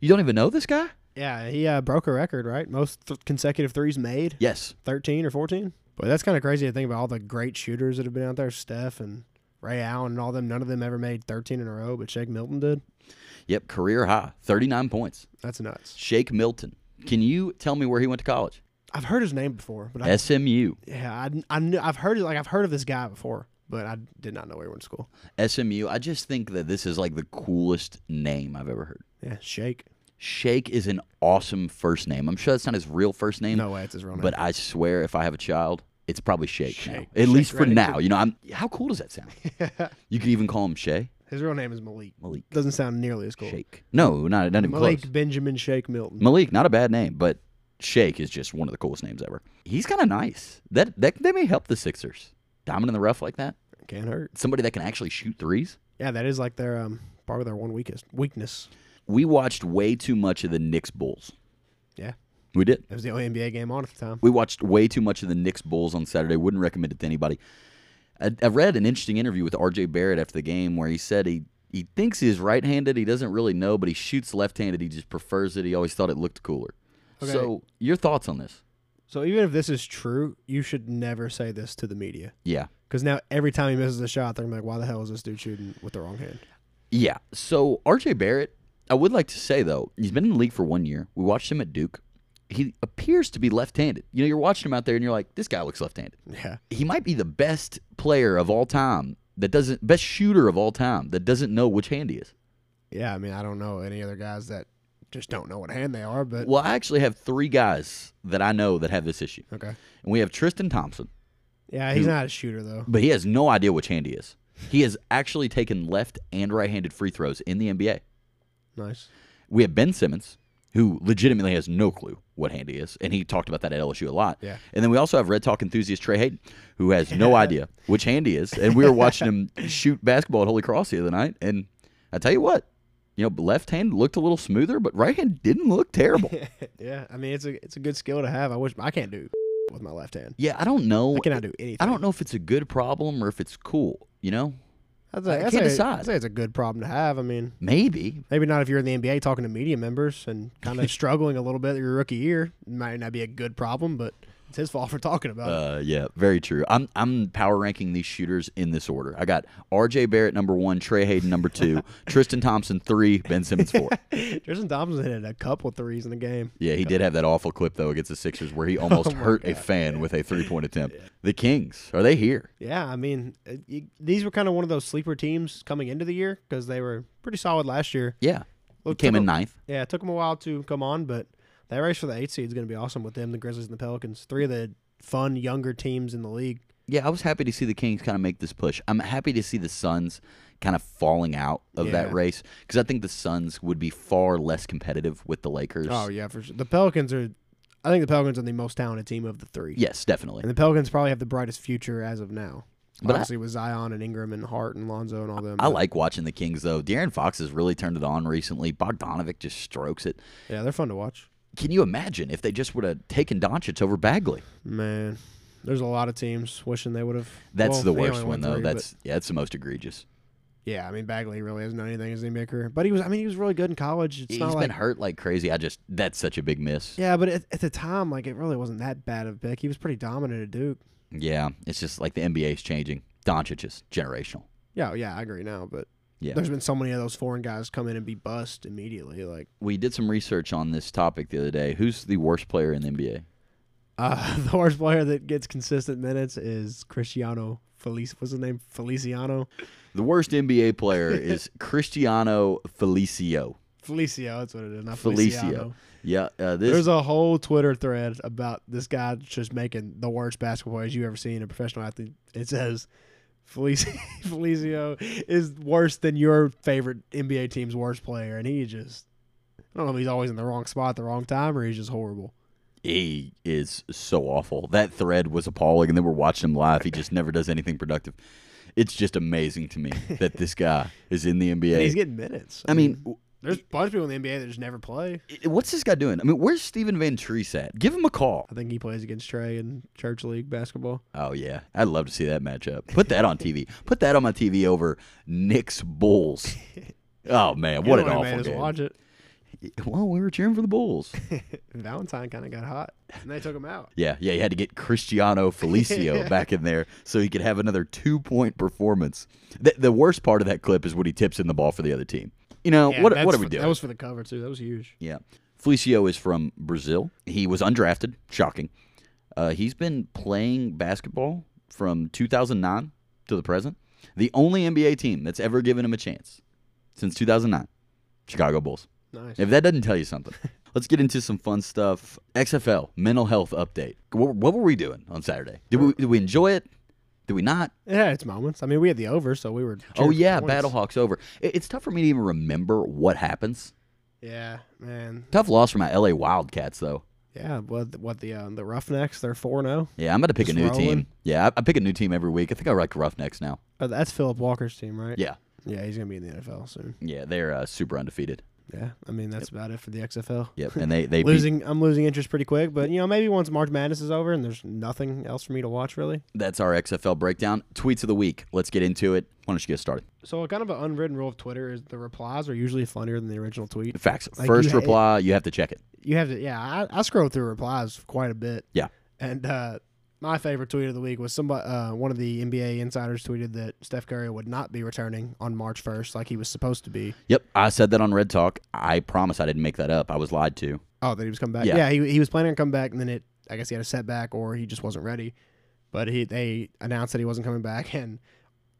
You don't even know this guy? Yeah, he uh, broke a record, right? Most th- consecutive threes made. Yes. 13 or 14. But that's kind of crazy to think about all the great shooters that have been out there, Steph and Ray Allen and all them. None of them ever made 13 in a row, but Shake Milton did. Yep, career high, 39 points. That's nuts. Shake Milton. Can you tell me where he went to college? I've heard his name before, but I, SMU. yeah, I, I knew, I've heard it. Like I've heard of this guy before, but I did not know where he went to school. SMU. I just think that this is like the coolest name I've ever heard. Yeah, Shake. Shake is an awesome first name. I'm sure that's not his real first name. No way, it's his real name. But I swear, if I have a child, it's probably Shake, now. Shake. At least Shake for Reddick. now. You know, I'm. How cool does that sound? you could even call him Shay, his real name is Malik. Malik, Doesn't sound nearly as cool. Shake. No, not not even Malik close. Benjamin Shake Milton. Malik, not a bad name, but Shake is just one of the coolest names ever. He's kind of nice. That that that may help the Sixers. Diamond in the rough like that. Can't hurt. Somebody that can actually shoot threes. Yeah, that is like their um probably their one weakest weakness. We watched way too much of the Knicks Bulls. Yeah, We did. it was the only NBA game on at the time. We watched way too much of the Knicks Bulls on Saturday. Wouldn't recommend it to anybody. I, I read an interesting interview with R.J. Barrett after the game where he said he he thinks he's right-handed. He doesn't really know, but he shoots left-handed. He just prefers it. He always thought it looked cooler. Okay. So your thoughts on this? So even if this is true, you should never say this to the media. Yeah, Because now every time he misses a shot, they're gonna be like, "Why the hell is this dude shooting with the wrong hand?" yeah. So R.J. Barrett, I would like to say though, he's been in the league for one year. We watched him at Duke. he appears to be left-handed. You know, you're watching him out there, and you're like, this guy looks left-handed. Yeah. He might be the best player of all time that doesn't best shooter of all time that doesn't know which hand he is. Yeah. I mean, I don't know any other guys that just don't know what hand they are, but Well, I actually have three guys that I know that have this issue, okay. and we have Tristan Thompson, Yeah, he's not a shooter though. but he has no idea which hand he is. He has actually taken left and right-handed free throws in the NBA. Nice. We have Ben Simmons, who legitimately has no clue what hand he is, and he talked about that at LSU a lot. Yeah. And then we also have Red Talk enthusiast Trey Hayden, who has no idea which hand he is. And we were watching him shoot basketball at Holy Cross the other night, and I tell you what, you know, left hand looked a little smoother, but right hand didn't look terrible. yeah. I mean, it's a it's a good skill to have. I wish I can't do with my left hand. yeah, I don't know. I cannot do anything. I don't know if it's a good problem or if it's cool. You know, I'd say, I I'd can't say- decide. I'd say it's a good problem to have. I mean, maybe maybe not if you're in the NBA talking to media members and kind of struggling a little bit your rookie year. Might not be a good problem, but it's his fault for talking about it. Uh, yeah, very true. I'm I'm power ranking these shooters in this order. I got R.J. Barrett number one, Trey Hayden number two, Tristan Thompson three, Ben Simmons four. Tristan Thompson hit a couple threes in the game. Yeah, he did have that awful clip though against the Sixers where Oh he almost hurt a fan with a three point attempt. The Kings are they here? Yeah, I mean, it, you- these were kind of one of those sleeper teams coming into the year because they were pretty solid last year. Yeah, Well, he came in took a- ninth. Yeah, it took them a while to come on, but that race for the eight seed is going to be awesome with them, the Grizzlies and the Pelicans. Three of the fun younger teams in the league. Yeah, I was happy to see the Kings kind of make this push. I'm happy to see the Suns kind of falling out of Yeah. that race because I think the Suns would be far less competitive with the Lakers. Oh yeah, for sure. The Pelicans are. I think the Pelicans are the most talented team of the three. Yes, definitely. And the Pelicans probably have the brightest future as of now. But I- Obviously with Zion and Ingram and Hart and Lonzo and all them. I but- like watching the Kings though. De'Aaron Fox has really turned it on recently. Bogdanovic just strokes it. Yeah, they're fun to watch. Can you imagine if they just would have taken Doncic over Bagley? Man, there's a lot of teams wishing they would have. That's well, the they worst only one won though. three, but- that's yeah, that's the most egregious. yeah. I mean Bagley really hasn't done anything in his NBA career, but he was. I mean he was really good in college. It's He's not been like hurt like crazy. I just that's such a big miss. Yeah. yeah, but at, at the time like it really wasn't that bad of a pick. He was pretty dominant at Duke. it's just like the NBA's changing. Doncic is generational. Yeah, oh, yeah, I agree now, but Yeah. there's been so many of those foreign guys come in and be bust immediately. Like we did some research on this topic the other day. Who's the worst player in the NBA? uh, the worst player that gets consistent minutes is Cristiano Felice. What's his name? Feliciano. The worst NBA player is Cristiano Felicio. Felicio, that's what it is. Not Felicio. Feliciano. Yeah, uh, this There's a whole Twitter thread about this guy just making the worst basketball plays you ever seen in a professional athlete. It says Felicio, Felicio is worse than your favorite NBA team's worst player, and he just I don't know if he's always in the wrong spot at the wrong time or he's just horrible. he is so awful. That thread was appalling, and then we're watching him live. He just never does anything productive. It's just amazing to me that this guy is in the And he's NBA. getting minutes. I mean, There's a bunch of people in the NBA that just never play. w- what's this guy doing? I mean, where's Steven Van Treese at? Give him a call. I think he plays against Trey in Church League basketball. Oh yeah, I'd love to see that matchup. Put that on TV. Put that on my TV over Knicks Bulls. Oh man, what an You know, made awful us game! Watch it. Well, we were cheering for the Bulls. Valentine kind of got hot, and they took him out. Yeah, yeah, you had to get Cristiano Felicio back in there so he could have another two point performance. The, the worst part of that clip is when he tips in the ball for the other team. You know, Yeah, what, that's what are for- we doing? That was for the cover too. That was huge. yeah. Felicio is from Brazil. He was undrafted. Shocking. Uh, he's been playing basketball from 2009 to the present. The only NBA team that's ever given him a chance since 2009 Chicago Bulls. Nice. If that doesn't tell you something, let's get into some fun stuff. XFL mental health update. What, what were we doing on Saturday? Did we did we enjoy it? Did we not? Yeah, it's moments. I mean, we had the over, so we were. Oh cheering for yeah, points. Battlehawks over. It, it's tough for me to even remember what happens. Yeah, man. Tough loss for my LA Wildcats though. Yeah, what what the uh, the Roughnecks? They're four oh? zero. Yeah, I'm about to pick Just a new rolling. team. Yeah, I, I pick a new team every week. I think I like Roughnecks now. Oh, that's Philip Walker's team, right? Yeah, Yeah, he's gonna be in the NFL soon. yeah, they're uh, super undefeated. Yeah, I mean that's about it for the XFL. Yep, and they they beat, Losing, I'm losing interest pretty quick, but you know maybe once March Madness is over and there's nothing else for me to watch really. that's our XFL breakdown. Tweets of the week. Let's get into it. Why don't you get started? So kind of an unwritten rule of Twitter is the replies are usually funnier than the original tweet. Facts. Like, First you- reply, you have to check it. You have to, yeah. I, I scroll through replies quite a bit. Yeah. and uh, my favorite tweet of the week was somebody, uh, one of the NBA insiders tweeted that Steph Curry would not be returning on March 1st like he was supposed to be. Yep, I said that on Red Talk. I promise I didn't make that up. I was lied to. Oh, that he was coming back. Yeah. Yeah, he, he was planning on coming back, and then it, I guess he had a setback or he just wasn't ready. But he they announced that he wasn't coming back, and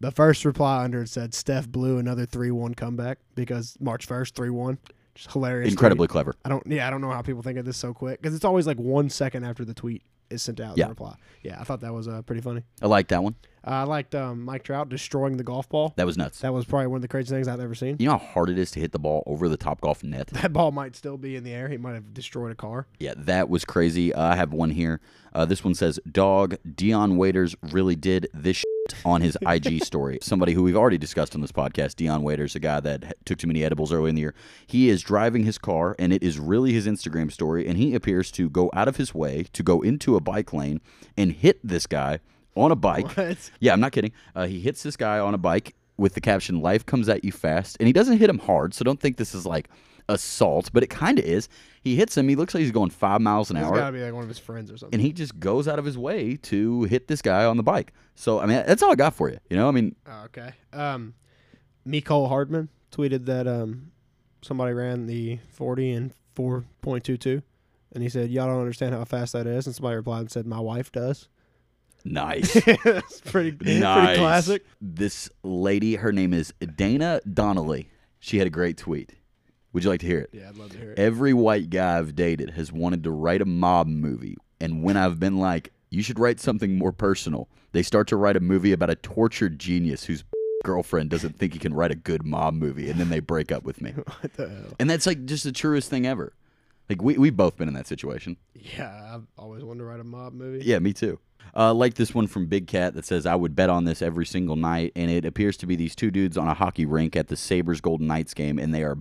the first reply under it said Steph blew another three one comeback because March 1st three one, just hilarious. tweet. Incredibly clever. I don't. Yeah, I don't know how people think of this so quick because it's always like one second after the tweet is sent out. Yeah. The reply. Yeah, I thought that was uh, pretty funny. I like that one. Uh, I liked um, Mike Trout destroying the golf ball. That was nuts. That was probably one of the craziest things I've ever seen. You know how hard it is to hit the ball over the top golf net? That ball might still be in the air. He might have destroyed a car. Yeah, that was crazy. Uh, I have one here. Uh, this one says, "Dog Dion Waiters really did this shit on his IG story." Somebody who we've already discussed on this podcast, Dion Waiters, a guy that h- took too many edibles early in the year. He is driving his car, and it is really his Instagram story. And he appears to go out of his way to go into a bike lane and hit this guy on a bike. What? Yeah, I'm not kidding. Uh, he hits this guy on a bike with the caption "Life comes at you fast," and he doesn't hit him hard, so don't think this is like assault, but it kind of is. He hits him. He looks like he's going five miles an It's hour, gotta be like one of his friends or something. and he just goes out of his way to hit this guy on the bike. So I mean, that's all I got for you. You know, I mean, Oh, okay. Um, Nicole Hardman tweeted that um, somebody ran the 40 and 4.22, and he said, "Y'all don't understand how fast that is." And somebody replied and said, "My wife does." nice. it's pretty, Nice. pretty classic. This lady, her name is Dana Donnelly. She had a great tweet. Would you like to hear it? Yeah, I'd love to hear it. Every white guy I've dated has wanted to write a mob movie. And when I've been like, you should write something more personal, they start to write a movie about a tortured genius whose girlfriend doesn't think he can write a good mob movie. And then they break up with me. What the hell? And that's like just the truest thing ever. Like, we, we've both been in that situation. Yeah, I've always wanted to write a mob movie. Yeah, me too. Uh, like this one from Big Cat that says, I would bet on this every single night. And it appears to be these two dudes on a hockey rink at the Sabres Golden Knights game, and they are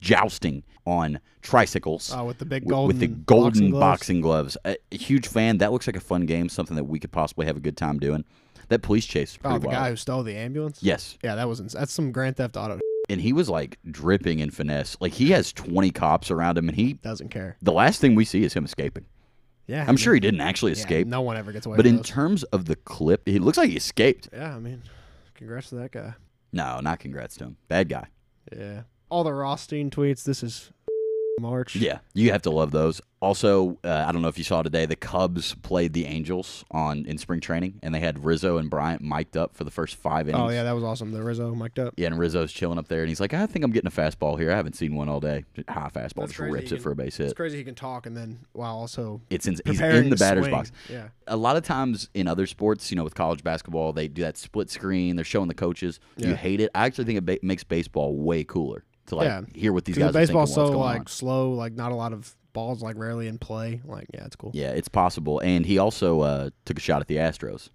jousting on tricycles. Oh, with the big wi- golden with the golden boxing gloves. boxing gloves. A, a huge fan. That looks like a fun game, something that we could possibly have a good time doing. That police chase, is pretty Oh, the wild. guy who stole the ambulance. Yes, Yeah, that was ins- that's some Grand Theft Auto. and he was like dripping in finesse. Like he has twenty cops around him, and he. Doesn't care. The last thing we see is him escaping. Yeah, I'm sure he didn't actually escape, No one ever gets away. but with in those. terms of the clip, it looks like he escaped. yeah, I mean, congrats to that guy. No, not congrats to him. Bad guy. Yeah, all the Rothstein tweets. This is March. Yeah, you have to love those. Also, uh, I don't know if you saw today, the Cubs played the Angels on in spring training, and they had Rizzo and Bryant mic'd up for the first five innings. Oh yeah, that was awesome. The Rizzo mic'd up. Yeah, and Rizzo's chilling up there, and he's like, "I think I'm getting a fastball here. I haven't seen one all day. High fastball, That's just crazy. rips You it for a base hit. It's crazy he can talk and then while also It's in, he's preparing in the to batter's swing. box. Yeah, A lot of times in other sports, you know, with college basketball, they do that split screen. They're showing the coaches. You Yeah. hate it. I actually think it ba- makes baseball way cooler to like Yeah. hear what these because guys are thinking. baseball's What's so going like on. slow, like not a lot of balls like rarely in play. Like yeah, it's cool. Yeah, it's possible. And he also uh, took a shot at the Astros.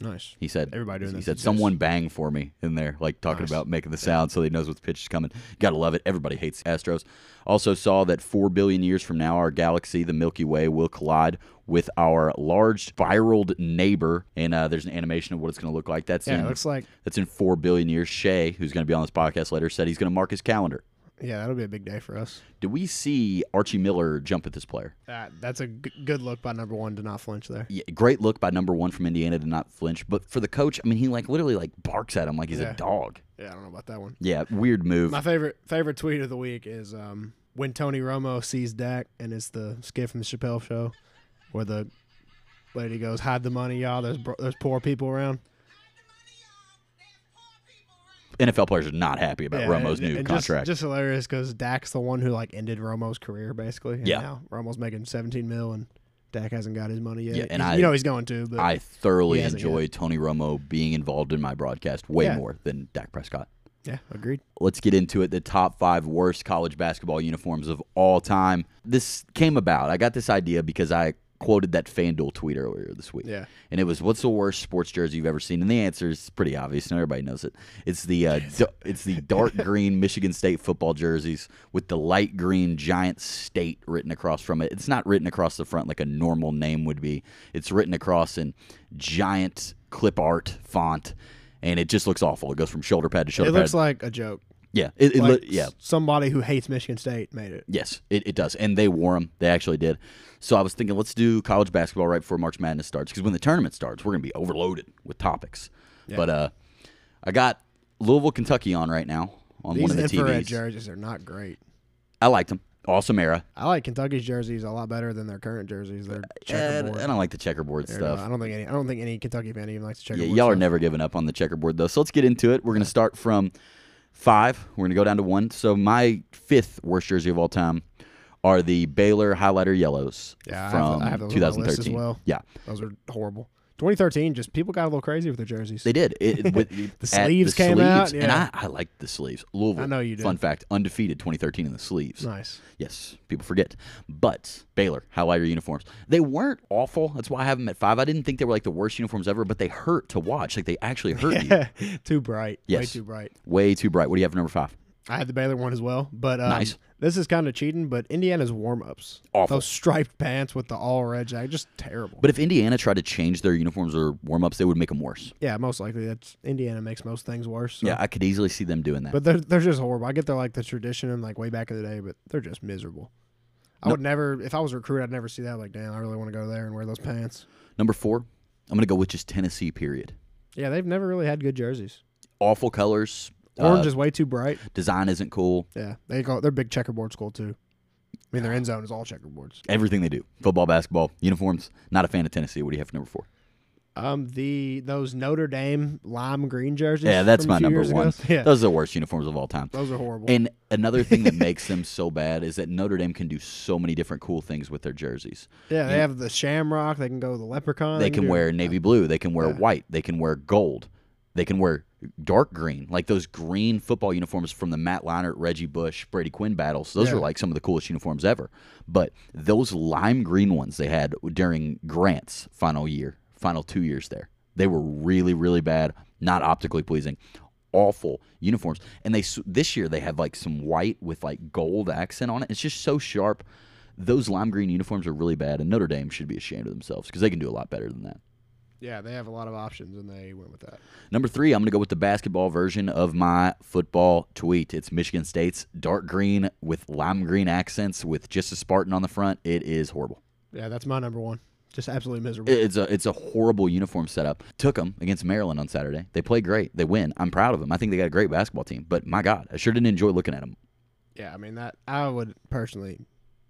Nice. He said, Everybody doing He this said, these days. "Someone bang for me in there," like talking Nice. about making the sound so that he knows what pitch is coming. Gotta love it. Everybody hates Astros. Also saw that four billion years from now, our galaxy, the Milky Way, will collide with our large spiraled neighbor, and uh, there's an animation of what it's going to look like. That's Yeah, in it looks like that's in four billion years. Shay, who's going to be on this podcast later, said he's going to mark his calendar. yeah, that'll be a big day for us. Did we see Archie Miller jump at this player? That that's a g- good look by number one to not flinch there. Yeah, great look by number one from Indiana to not flinch, but for the coach, I mean, he like literally like barks at him like he's Yeah. a dog. Yeah, I don't know about that one. Yeah, weird move. My favorite favorite tweet of the week is um, when Tony Romo sees Dak, and it's the skit from the Chappelle Show, where the lady goes, "Hide the money, y'all. There's bro- there's poor people around." NFL players are not happy about Yeah, Romo's and- new and just- contract. Just, hilarious because Dak's the one who like ended Romo's career basically. And Yeah. now Romo's making 17 mil and Dak hasn't got his money yet. Yeah, and He's- I- you know he's going to, but I thoroughly He hasn't enjoy Tony Romo being involved in my broadcast way Yeah. more than Dak Prescott. yeah, agreed. Let's get into it. The top five worst college basketball uniforms of all time. This came about. I got this idea because I quoted that FanDuel tweet earlier this week. Yeah. And it was, "What's the worst sports jersey you've ever seen?" And the answer is pretty obvious, and everybody knows it. It's the uh, da- it's the dark green Michigan State football jerseys with the light green giant state written across from it. It's not written across the front like a normal name would be. It's written across in giant clip art font, and it just looks awful. It goes from shoulder pad to shoulder It pad. looks like a joke. Yeah, it, it Like, li- yeah, s- somebody who hates Michigan State made it. Yes, it, it does. And they wore them. They actually did. So I was thinking, let's do college basketball right before March Madness starts. Because when the tournament starts, we're going to be overloaded with topics. But uh, I got Louisville, Kentucky on right now on These one of the infrared TVs. jerseys are not great. I liked them. Awesome era. I like Kentucky's jerseys a lot better than their current jerseys. They're Uh, And checkerboard. I don't like the checkerboard They're stuff. not- I don't think any. I don't think any Kentucky fan even likes the Yeah, checkerboard. y'all are stuff. never giving up on the checkerboard though. So let's get into it. We're gonna start from five. We're gonna go down to one. So my fifth worst jersey of all time are the Baylor highlighter yellows Yeah, I have th- from I have those on my list as 2013. well. Yeah, Those are horrible. 2013, just people got a little crazy with their jerseys. they did. It, with, at the sleeves came out, and I, yeah. I liked the sleeves. Louisville. I know you did. Fun fact: undefeated 2013 in the sleeves. nice. Yes, people forget. But Baylor, highlighter uniforms. They weren't awful. That's why I have them at five. I didn't think they were like the worst uniforms ever, but they hurt to watch. Like they actually hurt you. too bright. Way Yes. too bright. Way too bright. What do you have for number five? I had the Baylor one as well, but um, Nice. This is kind of cheating, but Indiana's warm-ups, Awful. those striped pants with the all red jacket, just terrible. But if Indiana tried to change their uniforms or warm ups, they would make them worse. yeah, most likely that's Indiana makes most things worse. so- Yeah, I could easily see them doing that. but they're they're just horrible. I get they're like the tradition and like way back in the day, but they're just miserable. I would never, if I was a recruit, I'd never see that. Like, damn, I really want to go there and wear those pants. Number four, I'm going to go with just Tennessee, period. Yeah, they've never really had good jerseys. Awful colors. Orange uh, is way too bright. design isn't cool. Yeah, they call they're big checkerboard school too. I mean, their end zone is all checkerboards. Everything they do football, basketball, uniforms. Not a fan of Tennessee. What do you have for number four? Um, the those Notre Dame lime green jerseys. Yeah, that's from a my few number years ago. one. Yeah, Those are the worst uniforms of all time. those are horrible. And another thing that makes them so bad is that Notre Dame can do so many different cool things with their jerseys. Yeah, they You- have the shamrock. Oh, They can go with the leprechaun. They can do- wear navy blue. They can wear Yeah. white. They can wear gold. They can wear dark green, like those green football uniforms from the Matt Leinart, Reggie Bush, Brady Quinn battles. Those Yeah. are like some of the coolest uniforms ever. But those lime green ones they had during Grant's final year, final two years there, they were really, really bad, not optically pleasing. Awful uniforms, and they s- this year they have like some white with like gold accent on it. It's just so sharp. Those lime green uniforms are really bad, and Notre Dame should be ashamed of themselves because they can do a lot better than that. Yeah, they have a lot of options, and they went with that. Number three, I'm going to go with the basketball version of my football tweet. It's Michigan State's dark green with lime green accents with just a Spartan on the front. It is horrible. Yeah, that's my number one. Just absolutely miserable. It- It's a it's a horrible uniform setup. Took them against Maryland on Saturday. They play great. They win. I'm proud of them. I think they got a great basketball team. But my God, I sure didn't enjoy looking at them. yeah, I mean that. I would personally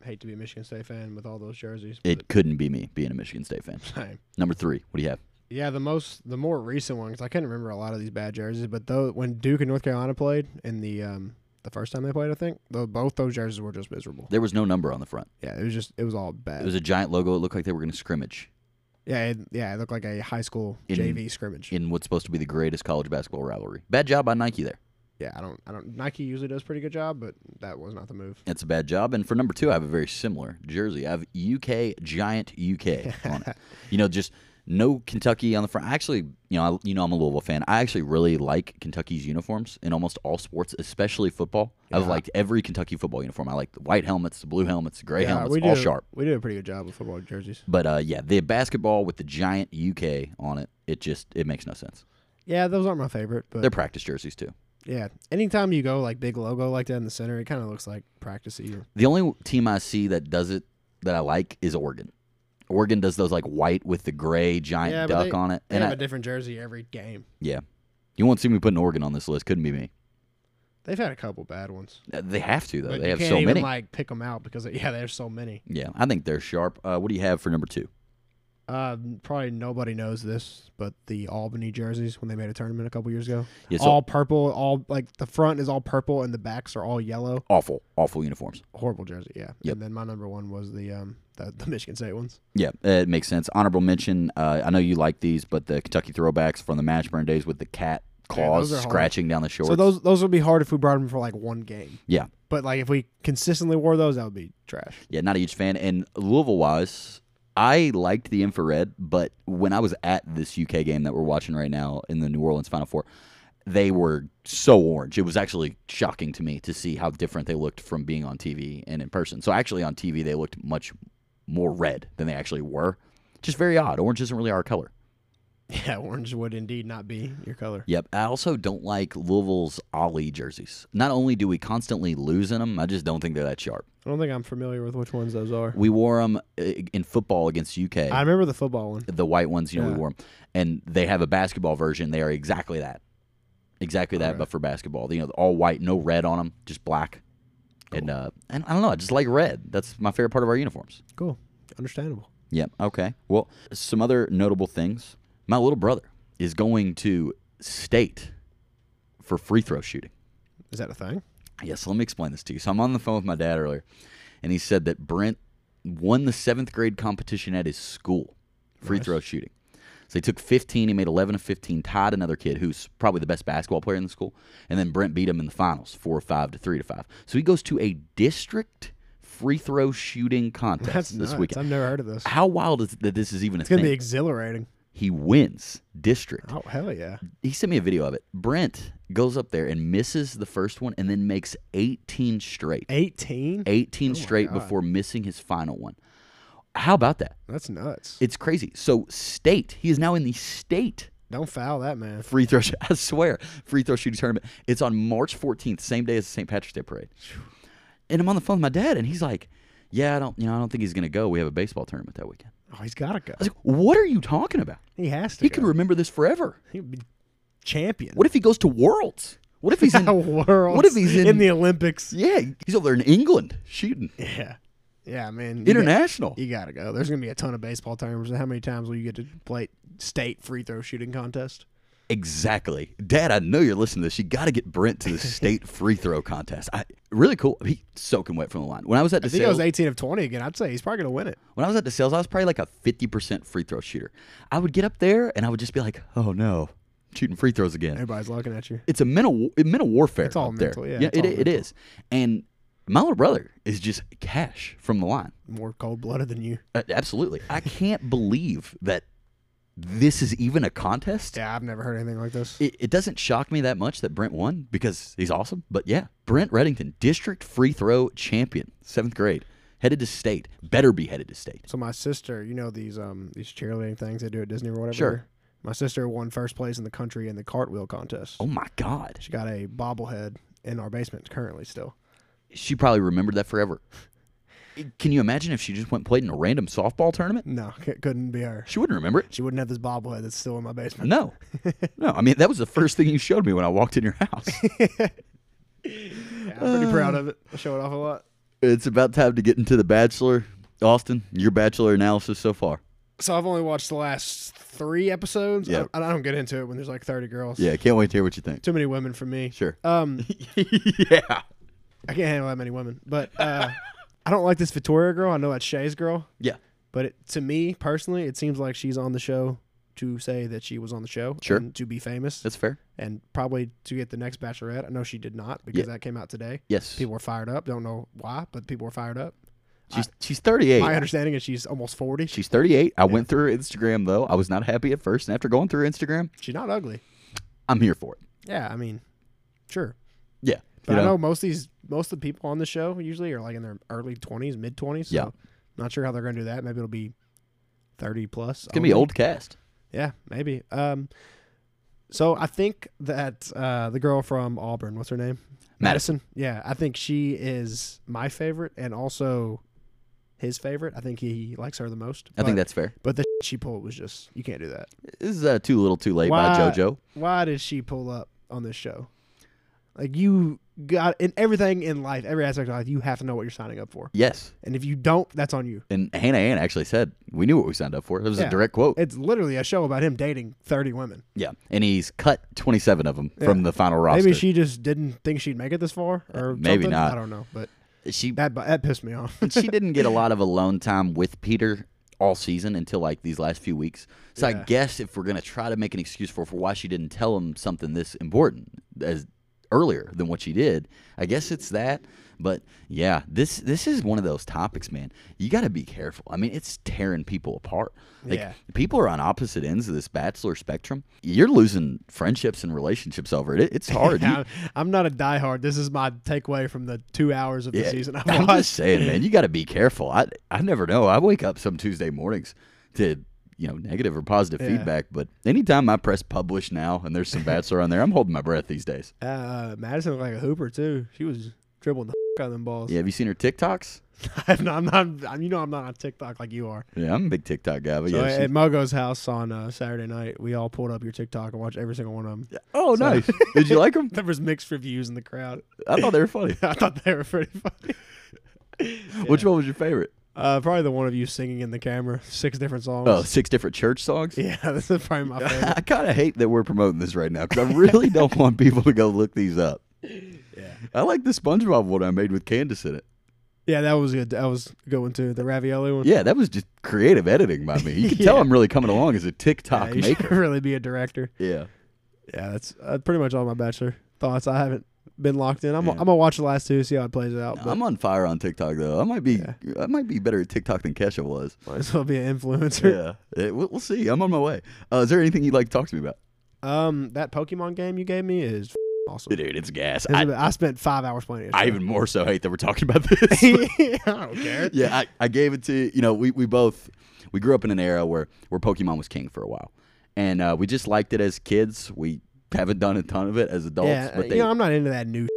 hate to be a Michigan State fan with all those jerseys. but It couldn't be me being a Michigan State fan. same. Number three, what do you have? Yeah, the most, the more recent ones. I can't remember a lot of these bad jerseys, but though when Duke and North Carolina played, in the um, the first time they played, I think though both those jerseys were just miserable. There was no number on the front. Yeah, it was just, it was all It bad. was a giant logo. It looked like they were going to scrimmage yeah, it, yeah, it looked like a high school In- JV scrimmage. in what's supposed to be the greatest college basketball rivalry. Bad job by Nike there. yeah, I don't, I don't. Nike usually does a pretty good job, but that was not the move. That's a bad job. And for number two, I have a very similar jersey. I have UK Giant UK on it. You know, just no Kentucky on the front. I actually, you know, I, you know, I'm a Louisville fan. I actually really like Kentucky's uniforms in almost all sports, especially football. I've Yeah. liked every Kentucky football uniform. I like the white helmets, the blue helmets, the gray Yeah, helmets, we all do, sharp. We did a pretty good job with football jerseys. But uh, yeah, the basketball with the Giant UK on it, it just it makes no sense. Yeah, those aren't my favorite, but They're practice jerseys too. yeah, anytime you go like big logo like that in the center, it kind of looks like practice either. The only team I see that does it that I like is Oregon. Oregon does those like white with the gray giant Yeah, but duck they- on it, They and have I, a different jersey every game. yeah, you won't see me putting Oregon on this list. Couldn't be me. They've had a couple bad ones, Uh, They have to though. but they you have can't so even many. like pick them out because yeah, there's so many. yeah, I think they're sharp. Uh, what do you have for number two? Uh, probably nobody knows this, but the Albany jerseys when they made a tournament a couple years ago, Yeah, so all purple, all like the front is all purple and the backs are all yellow. awful, awful uniforms. Horrible jersey, yeah. Yep. And then my number one was the um the, the Michigan State ones. Yeah, it makes sense. Honorable mention. Uh, I know you like these, but the Kentucky throwbacks from the Mashburn days with the cat claws are hard. scratching down the shorts. So those those would be hard if we brought them for like one game. Yeah. But like if we consistently wore those, that would be trash. Yeah, not a huge fan. And Louisville wise, I liked the infrared, but when I was at this UK game that we're watching right now in the New Orleans Final Four, they were so orange. It was actually shocking to me to see how different they looked from being on TV and in person. So actually, on TV, they looked much more red than they actually were. Just very odd. Orange isn't really our color. Yeah, orange would indeed not be your color. Yep. I also don't like Louisville's Ollie jerseys. Not only do we constantly lose in them, I just don't think they're that sharp. I don't think I'm familiar with which ones those are. We wore them in football against UK. I remember the football one. the white ones, you know, we Yeah. wore 'em. And they have a basketball version. They are exactly that. Exactly that, Alright. but for basketball. You know, all white, no red on them, just black. And uh, and I don't know, I just like red. That's my favorite part of our uniforms. Cool. Understandable. Yep. Okay. Well, some other notable things. My little brother is going to state for free throw shooting. Is that a thing? Yes, let me explain this to you. So I'm on the phone with my dad earlier, and he said that Brent won the seventh grade competition at his school, free Nice. throw shooting. So he took 15, he made 11 of 15, tied another kid who's probably the best basketball player in the school, and then Brent beat him in the finals, four or five to three to five. So he goes to a district free throw shooting contest That's this Ah, nuts. weekend. I've never heard of this. How wild is it that this is even It's a gonna thing? be exhilarating. he wins district Oh hell yeah! he sent me a video of it. Brent goes up there and misses the first one and then makes 18 straight. Eighteen. 18 straight Oh God. before missing his final one. How about that? That's nuts. It's crazy. So state, he is now in the state Don't foul that man. free throw. sh- I swear, free throw shooting tournament. It's on March 14th, same day as the St. Patrick's Day parade. And I'm on the phone with my dad, and he's like, "Yeah, I don't, you know, I don't think he's gonna go. We have a baseball tournament that weekend." Oh, he's gotta go. I was like, "What are you talking about? He has to. He go. could remember this forever. He'd be champion. What if he goes to Worlds? What if he's in? the world? what if he's in- in the Olympics? yeah, he's over there in England shooting Yeah, yeah, man. you got- international. You gotta go. There's gonna be a ton of baseball tournaments. How many times will you get to play state free throw shooting contest? Exactly. Dad, I know you're listening to this. You got to get Brent to the state free throw contest. I really cool. He's soaking wet from the line. When I was at I think I DeSales, was 18 of 20 again. I'd say he's probably gonna win it. when I was at DeSales, I was probably like a 50% free throw shooter. I would get up there and I would just be like, "Oh no, shooting free throws again." Everybody's looking at you. It's a mental wa- mental warfare It's all up mental, there. yeah, it's it, all it mental. is. And my little brother is just cash from the line. More cold blooded than you. Uh, absolutely. I can't believe that this is even a contest. Yeah, I've never heard anything like this. it, it doesn't shock me that much that Brent won because he's awesome. But yeah, Brent Reddington, district free throw champion, seventh grade, headed to state. Better be headed to state. So my sister, you know these um these cheerleading things they do at Disney or whatever. Sure. My sister won first place in the country in the cartwheel contest. Oh my God, She got a bobblehead in our basement currently still. she probably remembered that forever. Can you imagine if she just went and played in a random softball tournament? No, c- couldn't be her. She wouldn't remember it. She wouldn't have this bobblehead that's still in my basement. No, no. I mean, that was the first thing you showed me when I walked in your house. Yeah, Uh. I'm pretty proud of it. I show it off a lot. it's about time to get into the bachelor. Austin, your bachelor analysis so far. So I've only watched the last three episodes. Yeah. I, don't, and I don't get into it when there's like 30 girls. Yeah, can't wait to hear what you think. Too many women for me. Sure. Um, yeah. I can't handle that many women. But uh, I don't like this Victoria girl. I know that's Shay's girl. Yeah. But it, to me personally, it seems like she's on the show to say that she was on the show. Sure. And to be famous That's fair. and probably to get the next Bachelorette. I know she did not because that came out today. Yes. People were fired up. Don't know why, but people were fired up. She's she's 38. My understanding is she's almost 40. She's 38. I went through her Instagram though. I was not happy at first, and after going through her Instagram, She's not ugly. I'm here for it. Yeah, I mean, sure. Yeah, But You I know most of these most of the people on the show usually are like in their early twenties, mid twenties. So Yeah. not sure how they're gonna do that. Maybe it'll be thirty plus. it's gonna be only. old cast. Yeah, maybe. Um so I think that uh the girl from Auburn, what's her name? Madison. Yeah. I think she is my favorite and also his favorite. I think he likes her the most. I think But- that's fair. but the shit she pulled was just you can't do that. This is uh, too little, too late Why- by JoJo. why did she pull up on this show? Like you got in everything in life, every aspect of life, you have to know what you're signing up for. Yes, And if you don't, that's on you. and Hannah Ann actually said we knew what we signed up for. It was a Yeah. direct quote. It's literally a show about him dating 30 women. yeah, and he's cut 27 of them from the final roster. Maybe she just didn't think she'd make it this far, or Maybe something. not. I don't know, but she that that pissed me off. she didn't get a lot of alone time with Peter all season until like these last few weeks. So I Yeah. guess if we're gonna try to make an excuse for for why she didn't tell him something this important as earlier than what she did, I guess it's that. But yeah, this this is one of those topics, man. You got to be careful. I mean, it's tearing people apart. Like Yeah. people are on opposite ends of this bachelor spectrum. You're losing friendships and relationships over it. It- it's hard. You- I'm, I'm not a diehard. This is my takeaway from the two hours of the yeah, season I've I'm watched. just saying, man, you got to be careful. I I never know. I wake up some Tuesday mornings to you know negative or positive Yeah. feedback, but anytime I press publish now and there's some bachelor on there, I'm holding my breath these days. Uh, Madison looked like a hooper too. She was dribbling the out of them balls. Yeah, have you seen her TikToks? I'm not, I'm not. I'm, you know, I'm not on TikTok like you are. Yeah, I'm a big TikTok guy, but So yeah. at, she- at Mogo's house on uh, Saturday night, we all pulled up your TikTok and watched every single one of them. oh, so- nice. Did you like them? There was mixed reviews in the crowd. I thought they were funny. I thought they were pretty funny. Which Yeah. one was your favorite? Uh, probably the one of you singing in the camera, six different songs. Oh, six different church songs. Yeah, this is probably my favorite. I kind of hate that we're promoting this right now because I really don't want people to go look these up. yeah. I like the SpongeBob one I made with Candace in it. Yeah, that was good. That was a good one too. The ravioli one. Yeah, that was just creative editing by me. You can tell Yeah. I'm really coming along as a Yeah, TikTok you maker. should really be a director. Yeah. Yeah, that's uh, pretty much all my bachelor thoughts. I haven't been locked in. I'm Yeah. I'm gonna watch the last two, see how it plays out. but I'm on fire on TikTok though. I might be Yeah. I might be better at TikTok than Kesha was. might as well be an influencer. yeah. Eh, we'll, we'll see. I'm on my way. Uh, is there anything you'd like to talk to me about? Um, that Pokemon game you gave me is f- awesome. Dude, it's gas. It's I, about- I spent five hours playing it. I even more so hate that we're talking about this. I don't care. yeah, I, I gave it to you know we we both we grew up in an era where where Pokemon was king for a while, and uh, we just liked it as kids. We haven't done a ton of it as adults, Yeah, uh, but they you know, I'm not into that new.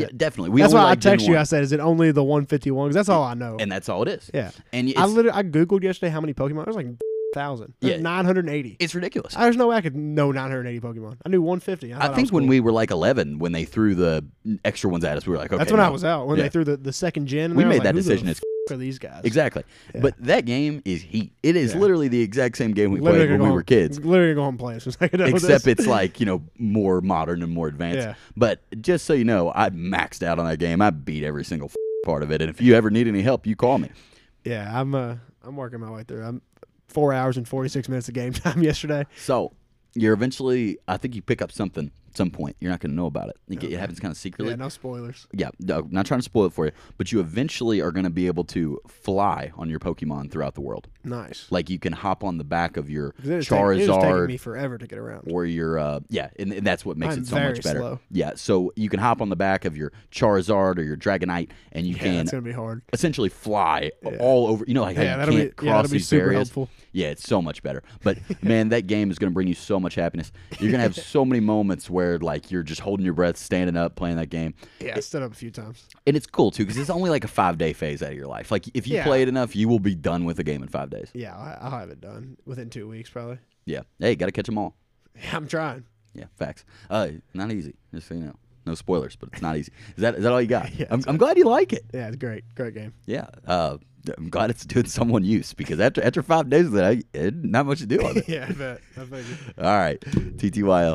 yeah, definitely we that's only why I liked Gen text you. I one, said, "Is it only the 151?" Because that's all I know. and that's all it is. yeah, And it's, I literally I googled yesterday how many Pokemon. There's like thousand. Yeah. There's 980. it's ridiculous. I, There's no way I could know 980 Pokemon. I knew 150. I, thought think was when cool. we were like 11, when they threw the extra ones at us, we were like, okay, that's when I no. was out when Yeah. they threw the, the second gen. in We there, I was made that like, who the decision as f- are these guys exactly. Yeah. But that game is heat. It is Yeah. literally the exact same game we Literally played when go we home- were kids. Literally go home and play it. since I could know except this. it's like you know more modern and more advanced. Yeah. But just so you know, I maxed out on that game. I beat every single f- part of it. And if you ever need any help, you call me. yeah. I'm uh I'm working my way through. I'm four hours and 46 minutes of game time yesterday. So you're eventually, I think you pick up something at some point. You're not going to know about it. It, it happens kind of secretly. Yeah, no spoilers. yeah, no, not trying to spoil it for you, but you eventually are going to be able to fly on your Pokemon throughout the world. Nice. Like you can hop on the back of your 'Cause it was taking- it was taking Charizard me forever to get around. or your uh, yeah, and, and that's what makes I'm it so very much better. slow. Yeah, so you can hop on the back of your Charizard or your Dragonite, and you Yeah, can it's gonna be hard. essentially fly all over. You know, like how Yeah, you that'll can't be- yeah, cross that'll be these super barriers. helpful. Yeah, it's so much better. But man, that game is going to bring you so much happiness. You're going to have so many moments where like you're just holding your breath, standing up, playing that game, Yeah, I stood up a few times. and it's cool too because it's only like a five day phase out of your life. Like if you Yeah. play it enough, you will be done with the game in five days. Yeah, I, I'll have it done within two weeks probably. Yeah. Hey, got to catch them all. Yeah, I'm trying. Yeah, facts. Uh, not easy. Just so you know, no spoilers, but it's not easy. Is that is that all you got? Yeah, I'm, I'm glad you like it. Yeah, it's great. Great game. Yeah. Uh, I'm glad it's doing someone use because after after five days of that, I, it, not much to do on it. yeah, I bet. I bet. you- all right, TTYL.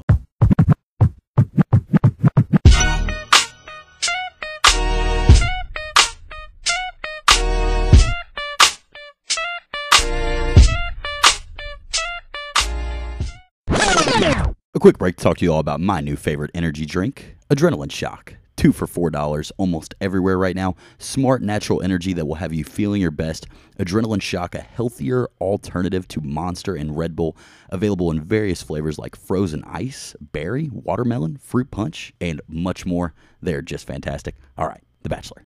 A quick break to talk to you all about my new favorite energy drink, Adrenaline Shock. Two for $4 almost everywhere right now. Smart, natural energy that will have you feeling your best. Adrenaline Shock, a healthier alternative to Monster and Red Bull, available in various flavors like frozen ice, berry, watermelon, fruit punch, and much more. They're just fantastic. All right, The Bachelor.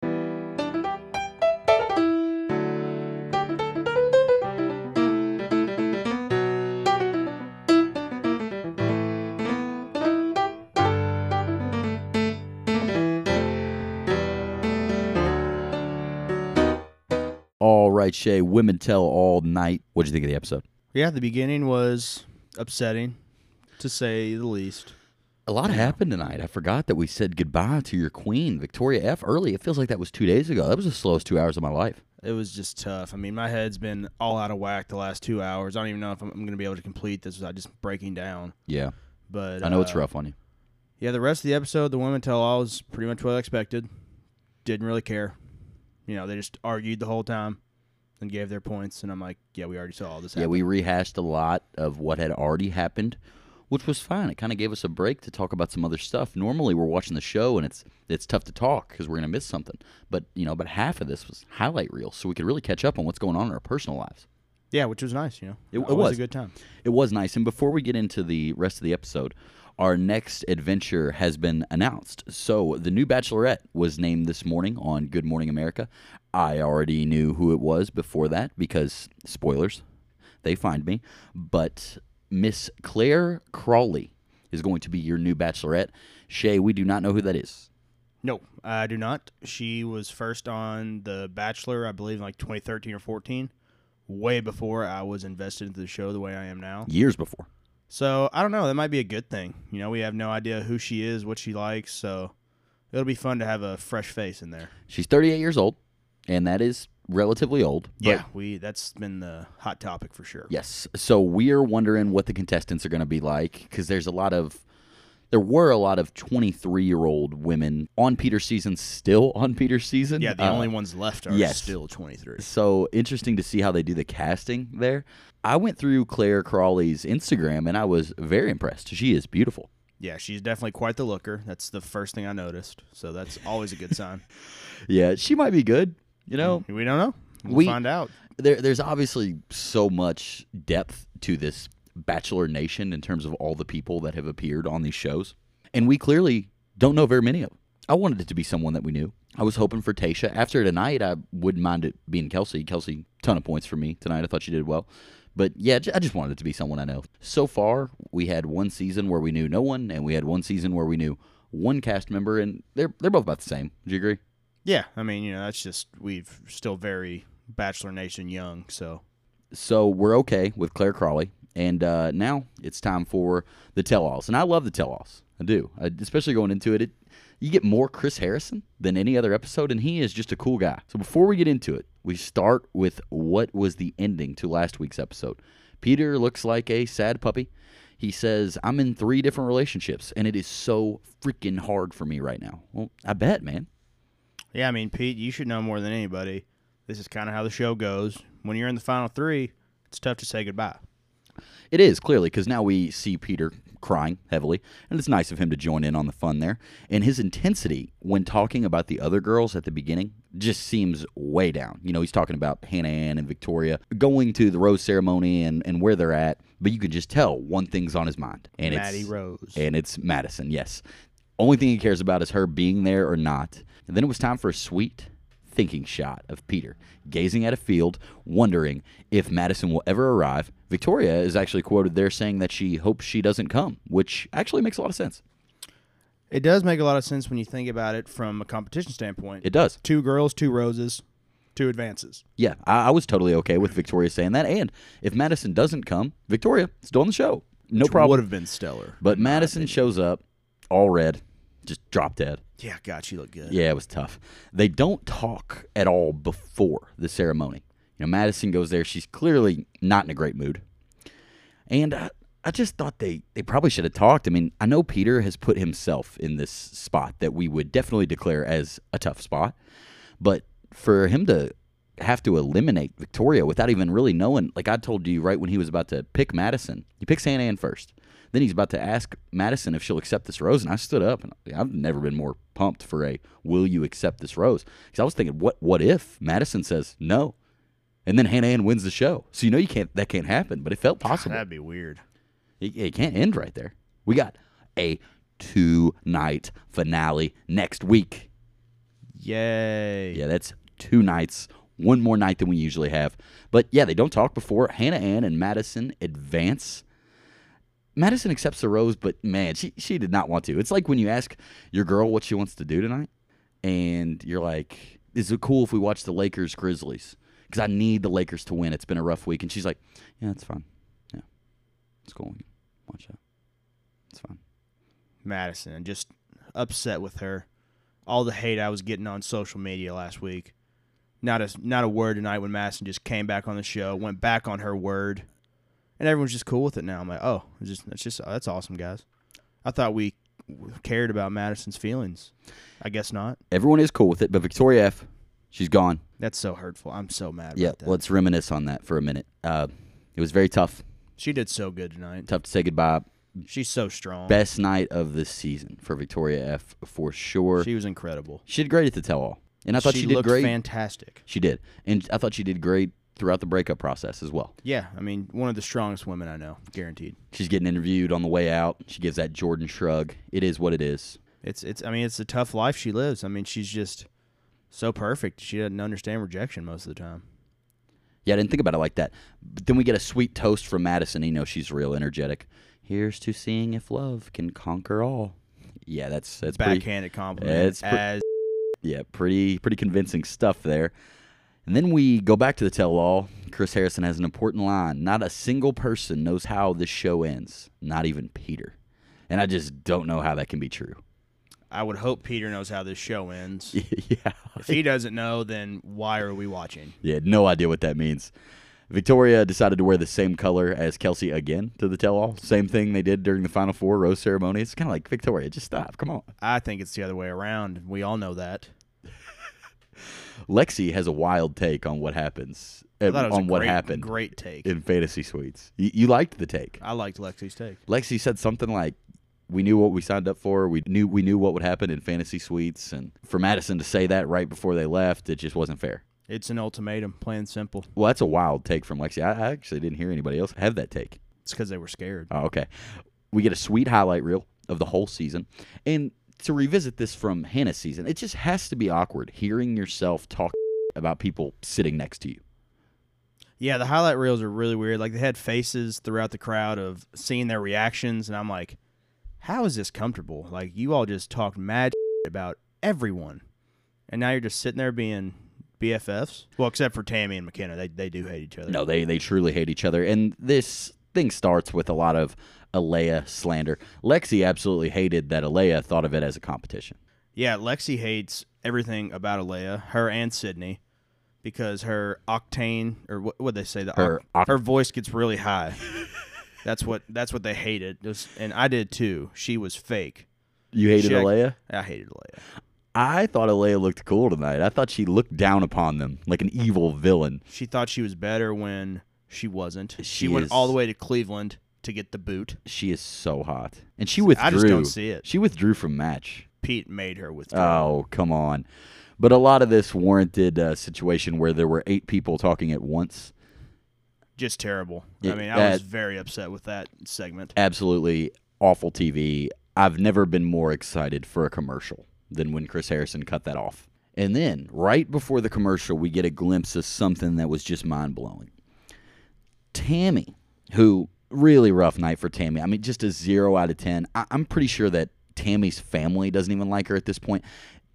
All right, Shay, women tell all night. What'd you think of the episode? Yeah, the beginning was upsetting, to say the least. A lot happened tonight. I forgot that we said goodbye to your queen, Victoria F. Early. It feels like that was two days ago. That was the slowest two hours of my life. It was just tough. I mean, my head's been all out of whack the last two hours. I don't even know if I'm, I'm going to be able to complete this without just breaking down. Yeah, But I know it's uh, rough on you. Yeah, the rest of the episode, the women tell all is pretty much what I expected. Didn't really care. You know, they just argued the whole time and gave their points. And I'm like, yeah, we already saw all this happen. Yeah, we rehashed a lot of what had already happened, which was fine. It kind of gave us a break to talk about some other stuff. Normally, we're watching the show and it's it's tough to talk because we're gonna miss something. But you know, but half of this was highlight reels, so we could really catch up on what's going on in our personal lives. yeah, which was nice, you know. It- it was. was. a good time. It was nice. And before we get into the rest of the episode, our next adventure has been announced. So the new Bachelorette was named this morning on Good Morning America. I already knew who it was before that because spoilers. they find me. But Miss Claire Crawley is going to be your new bachelorette. Shay, we do not know who that is. No, I do not. She was first on The Bachelor, I believe, in like 2013 or 14, way before I was invested into the show the way I am now. Years before. So I don't know. That might be a good thing. You know, we have no idea who she is, what she likes. So it'll be fun to have a fresh face in there. She's 38 years old, and that is relatively old. but Yeah, we that's been the hot topic for sure. Yes. So we're wondering what the contestants are going to be like because there's a lot of, there were a lot of 23 year old women on Peter's season, still on Peter's season. Yeah, the Uh, only ones left are yes. still 23. So interesting to see how they do the casting there. I went through Claire Crawley's Instagram and I was very impressed. She is beautiful. Yeah, she's definitely quite the looker. That's the first thing I noticed. So that's always a good sign. Yeah, she might be good. You know, we don't know. We'll We- find out. there, there's obviously so much depth to this Bachelor Nation in terms of all the people that have appeared on these shows, and we clearly don't know very many of them. I wanted it to be someone that we knew. I was hoping for Tasha. After tonight, I wouldn't mind it being Kelsey. Kelsey, ton of points for me tonight. I thought she did well. But yeah, ju- I just wanted it to be someone I know. So far, we had one season where we knew no one, and we had one season where we knew one cast member, and they're they're both about the same. Would you agree? Yeah, I mean, you know, that's just we've still very Bachelor Nation young. So so we're okay with Claire Crawley, and uh, now it's time for the tell-alls, and I love the tell-alls. I do, I, especially going into it, it. You get more Chris Harrison than any other episode, and he is just a cool guy. So before we get into it, we start with what was the ending to last week's episode. Peter looks like a sad puppy. He says, "I'm in three different relationships, and it is so freaking hard for me right now." Well, I bet, man. yeah, I mean, Pete, you should know more than anybody. This is kind of how the show goes. When you're in the final three, it's tough to say goodbye. It is clearly because now we see Peter crying heavily, and it's nice of him to join in on the fun there. And his intensity when talking about the other girls at the beginning just seems way down. You know, he's talking about Hannah Ann and Victoria going to the rose ceremony and, and where they're at, but you can just tell one thing's on his mind, and Maddie it's Rose. and it's Madison. Yes, only thing he cares about is her being there or not. And then it was time for a sweet thinking shot of Peter gazing at a field, wondering if Madison will ever arrive. Victoria is actually quoted there saying that she hopes she doesn't come, which actually makes a lot of sense. It does make a lot of sense when you think about it from a competition standpoint. It does. two girls, two roses, two advances. Yeah, I, I was totally okay with Victoria saying that. And if Madison doesn't come, Victoria still on the show. No Would problem. have been stellar. But Madison shows up, all red, just drop dead. Yeah, God, she looked good. Yeah, it was tough. They don't talk at all before the ceremony. You know, Madison goes there. She's clearly not in a great mood. And I, I just thought they, they probably should have talked. I mean, I know Peter has put himself in this spot that we would definitely declare as a tough spot. But for him to have to eliminate Victoria without even really knowing, like I told you right when he was about to pick Madison, he picks Hannah Ann first. Then he's about to ask Madison if she'll accept this rose. And I stood up and I've never been more pumped for a will you accept this rose? Because I was thinking, what what if Madison says no? And then Hannah Ann wins the show. So you know you can't that can't happen, but it felt possible. That'd be weird. It, it can't end right there. We got a two night finale next week. Yay. Yeah, that's two nights, one more night than we usually have. But yeah, they don't talk before. Hannah Ann and Madison advance. Madison accepts the rose, but man, she, she did not want to. It's like when you ask your girl what she wants to do tonight, and you're like, Is it cool if we watch the Lakers Grizzlies? Because I need the Lakers to win. It's been a rough week. And she's like, Yeah, it's fine. Yeah, it's cool. We can Watch that. It's fine. Madison and just upset with her. All the hate I was getting on social media last week. Not a not a word tonight when Madison just came back on the show, went back on her word, and everyone's just cool with it now. I'm like, oh, it's just that's just that's awesome, guys. I thought we cared about Madison's feelings. I guess not. Everyone is cool with it, but Victoria F, she's gone. That's so hurtful. I'm so mad. Yeah, about that. let's reminisce on that for a minute. Uh, it was very tough, she did so good tonight. tough to say goodbye. She's so strong. Best night of this season for Victoria F for sure. She, She was incredible. did great at the tell all, and I thought she, did looked great. fantastic. she did, and I thought she did great throughout the breakup process as well. Yeah, I mean, one of the strongest women I know, guaranteed. She's getting interviewed on the way out. She gives that Jordan shrug. It is what it is. It's it's I mean, it's a tough life she lives. I mean, she's just so perfect. She doesn't understand rejection most of the time. Yeah, I didn't think about it like that. But then we get a sweet toast from Madison. You know she's real energetic. Here's to seeing if love can conquer all. Yeah, that's that's pretty, Backhanded compliment. it's pre- as yeah, pretty pretty convincing stuff there. And then we go back to the tell-all. Chris Harrison has an important line: "Not a single person knows how this show ends, not even Peter." And I just don't know how that can be true. I would hope Peter knows how this show ends. yeah, if he doesn't know, then why are we watching? yeah, no idea what that means. Victoria decided to wear the same color as Kelsey again to the tell-all. Same thing they did during the Final Four rose ceremony. It's kind of like Victoria, just stop. Come on. I think it's the other way around. We all know that. Lexi has a wild take on what happens I thought it was a on what great- happened Great take. in Fantasy Suites. You, you liked the take. I liked Lexi's take. Lexi said something like, "We knew what we signed up for. We knew we knew what would happen in fantasy suites." And for Madison to say that right before they left, it just wasn't fair. It's an ultimatum, plain and simple. Well, that's a wild take from Lexi. I, I actually didn't hear anybody else have that take. It's because they were scared. Oh, okay. We get a sweet highlight reel of the whole season, and to revisit this from Hannah's season, it just has to be awkward hearing yourself talk about people sitting next to you. Yeah, the highlight reels are really weird. Like they had faces throughout the crowd of seeing their reactions, and I'm like, how is this comfortable? Like you all just talked mad about everyone, and now you're just sitting there being BFFs. Well, except for Tammy and McKenna, they they do hate each other. No, they they truly hate each other, and this thing starts with a lot of Alea slander. Lexi absolutely hated that Alea thought of it as a competition. Yeah, Lexi hates everything about Alea, her and Sydney, because her octane or what would they say the Her oc- oc- her voice gets really high. that's what that's what they hated, Just- and I did too. She was fake. You hated Check. Alea? I hated Alea. I thought Alea looked cool tonight. I thought she looked down upon them like an evil villain. She thought she was better when she wasn't. She, She went is- all the way to Cleveland to get the boot. She is so hot. And she withdrew. I just don't see it. She withdrew from match. Pete made her with. Oh, come on. But a lot of this warranted a situation where there were eight people talking at once. Just terrible. I Yeah, mean, I was that- very upset with that segment. Absolutely awful TV. I've never been more excited for a commercial than when Chris Harrison cut that off. And then, right before the commercial, we get a glimpse of something that was just mind blowing. Tammy, who really rough night for Tammy. I mean, just a zero out of ten. I- I'm pretty sure that Tammy's family doesn't even like her at this point.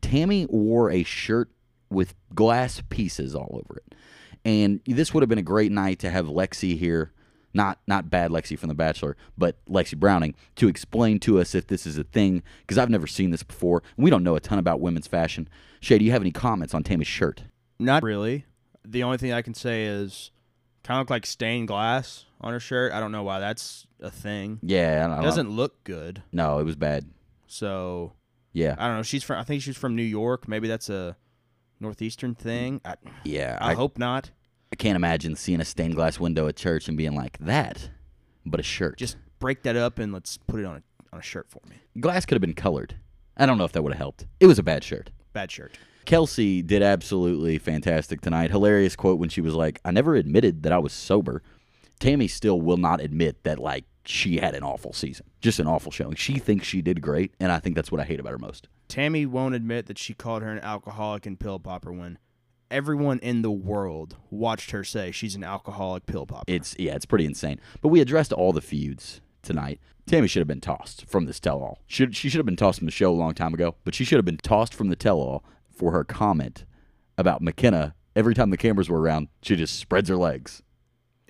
Tammy wore a shirt with glass pieces all over it, and this would have been a great night to have Lexi here. Not not bad Lexi from The Bachelor, but Lexi Browning to explain to us if this is a thing because I've never seen this before. We don't know a ton about women's fashion. Shay, do you have any comments on Tammy's shirt? Not really. The only thing I can say is kind of look like stained glass on her shirt. I don't know why that's a thing. Yeah, I don't, I don't- Doesn't look good. no, it was bad. So Yeah, I don't know. She's from. I think she's from New York. Maybe that's a northeastern thing. I, yeah. I hope not. I can't imagine seeing a stained glass window at church and being like that, but a shirt. Just break that up and let's put it on a on a shirt for me. glass could have been colored. I don't know if that would have helped. It was a bad shirt. Bad shirt. Kelsey did absolutely fantastic tonight. Hilarious quote when she was like, "I never admitted that I was sober." Tammy still will not admit that like she had an awful season, just an awful showing. She thinks she did great, and I think that's what I hate about her most. Tammy won't admit that she called her an alcoholic and pill popper when everyone in the world watched her say she's an alcoholic pill popper. It's yeah, it's pretty insane. But we addressed all the feuds tonight. Tammy should have been tossed from this tell-all. Should she should have been tossed from the show a long time ago, but she should have been tossed from the tell-all for her comment about McKenna. Every time the cameras were around, she just spreads her legs.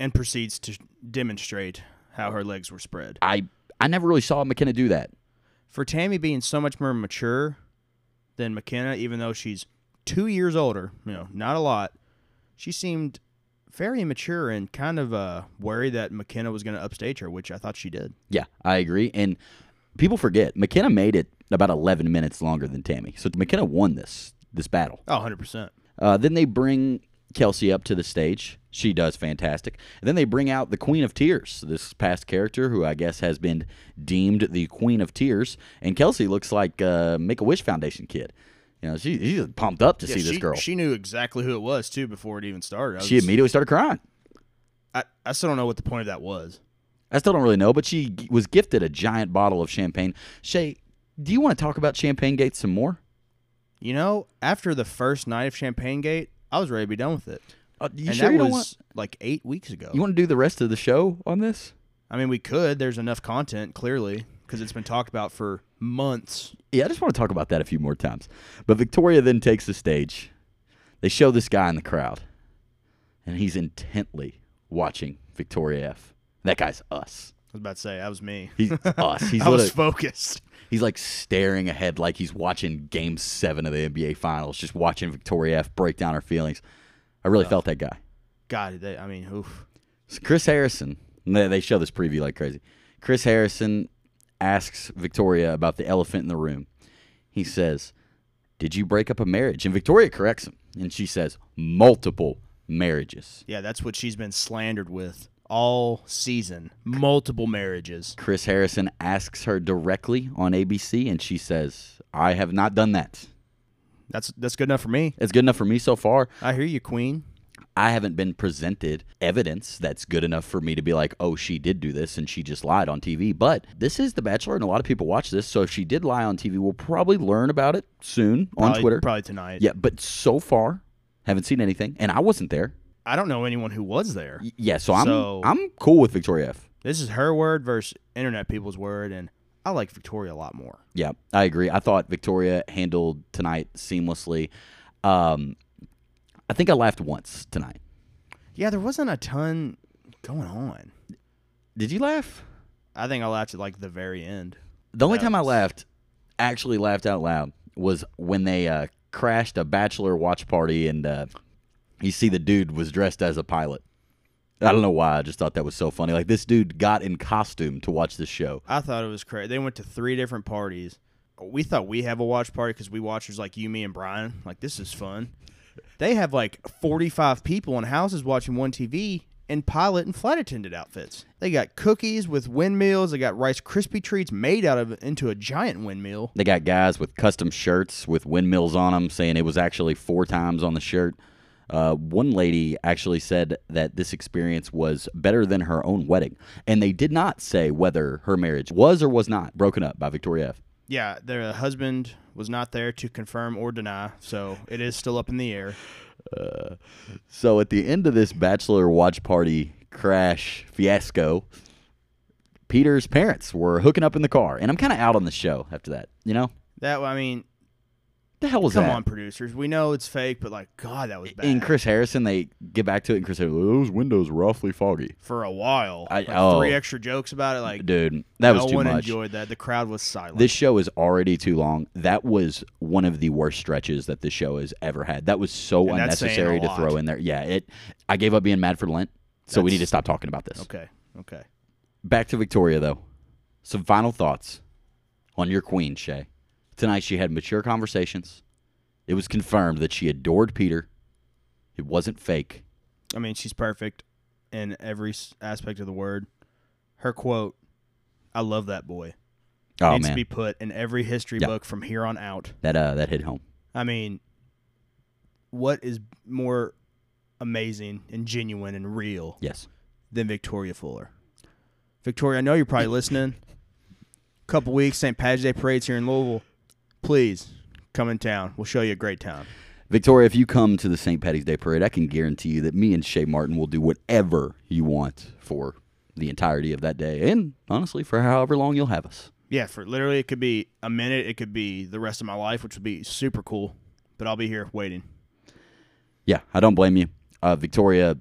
and proceeds to demonstrate how her legs were spread. I I never really saw McKenna do that. For Tammy being so much more mature than McKenna, even though she's two years older, you know, not a lot, she seemed very immature and kind of uh, worried that McKenna was going to upstage her, which I thought she did. Yeah, I agree. And people forget McKenna made it about 11 minutes longer than Tammy. So McKenna won this this battle. Oh, 100%. Uh, then they bring Kelsey up to the stage. She does fantastic. And then they bring out the Queen of Tears, this past character who I guess has been deemed the Queen of Tears. And Kelsey looks like a Make a Wish Foundation kid. You know, she, she's pumped up to see this she, girl. She, She knew exactly who it was, too, before it even started. I was- immediately started crying. I, I still don't know what the point of that was. I still don't really know, but she g- was gifted a giant bottle of champagne. Shay, do you want to talk about Champagne Gate some more? You know, after the first night of Champagne Gate, I was ready to be done with it. Uh, you and sure that you was don't want? like eight weeks ago. You want to do the rest of the show on this? I mean, we could. There's enough content clearly because it's been talked about for months. Yeah, I just want to talk about that a few more times. But Victoria then takes the stage. They show this guy in the crowd, and he's intently watching Victoria F. That guy's us. I was about to say that was me. He's us. He's I was literally- focused. He's like staring ahead, like he's watching Game Seven of the NBA Finals, just watching Victoria F. break down her feelings. I really felt that guy. God, they, I mean, oof. So Chris Harrison, and they they show this preview like crazy. Chris Harrison asks Victoria about the elephant in the room. He says, Did you break up a marriage? And Victoria corrects him. And she says, Multiple marriages. Yeah, that's what she's been slandered with all season. Multiple marriages. Chris Harrison asks her directly on ABC, and she says, I have not done that. That's that's good enough for me. It's good enough for me so far. I hear you, Queen. I haven't been presented evidence that's good enough for me to be like, oh, she did do this and she just lied on TV. But this is The Bachelor, and a lot of people watch this. So if she did lie on TV, we'll probably learn about it soon on Probably- Twitter. probably tonight. Yeah, but so far, haven't seen anything, and I wasn't there. I don't know anyone who was there. Y- Yeah, so I'm So- I'm cool with Victoria F. This is her word versus internet people's word, and I like Victoria a lot more. Yeah, I agree. I thought Victoria handled tonight seamlessly. Um, I think I laughed once tonight. Yeah, there wasn't a ton going on. Did you laugh? I think I laughed at like the very end. The only That time I was- laughed, actually laughed out loud, was when they uh, crashed a bachelor watch party and uh, you see the dude was dressed as a pilot. I don't know why. I just thought that was so funny. Like this dude got in costume to watch this show. I thought it was crazy. They went to three different parties. We thought we have a watch party because we watchers like you, me, and Brian. Like this is fun. They have like forty-five people in houses watching one TV in pilot and flight attendant outfits. They got cookies with windmills. They got Rice Krispie treats made out of into a giant windmill. They got guys with custom shirts with windmills on them, saying it was actually four times on the shirt. Uh, one lady actually said that this experience was better than her own wedding, and they did not say whether her marriage was or was not broken up by Victoria F. Yeah, their husband was not there to confirm or deny, so it is still up in the air. So at the end of this bachelor watch party crash fiasco, Peter's parents were hooking up in the car, and I'm kind of out on the show after that. You know, That I mean, the hell was come that? on, producers. We know it's fake, but like, God, that was bad. And Chris Harrison, they get back to it, and Chris, Harrison, those windows were awfully foggy, for a while. I- like oh. three extra jokes about it. Like dude. That no was too one much. enjoyed that. The crowd was silent. This show is already too long. That was one of the worst stretches that this show has ever had. That was so And that's saying unnecessary a to lot. throw in there. Yeah, it. I gave up being mad for Lent, so we need to That's- stop talking about this. okay, okay. Back to Victoria though. Some final thoughts on your queen, Shay. Tonight she had mature conversations. It was confirmed that she adored Peter. It wasn't fake. I mean, she's perfect in every s- aspect of the word. Her quote, "I love that boy," Oh needs man, to be put in every history Yeah. book from here on out. that uh, that hit home. I mean, what is more amazing and genuine and real Yes. than Victoria Fuller? Victoria, I know you're probably listening. Couple weeks, St. Patrick's Day parades here in Louisville. Please come in town. We'll show you a great town. Victoria, if you come to the St. Patty's Day parade, I can guarantee you that me and Shay Martin will do whatever you want for the entirety of that day, and honestly, for however long you'll have us. Yeah, for literally, it could be a minute. It could be the rest of my life, which would be super cool. But I'll be here waiting. Yeah, I don't blame you. Uh, Victoria,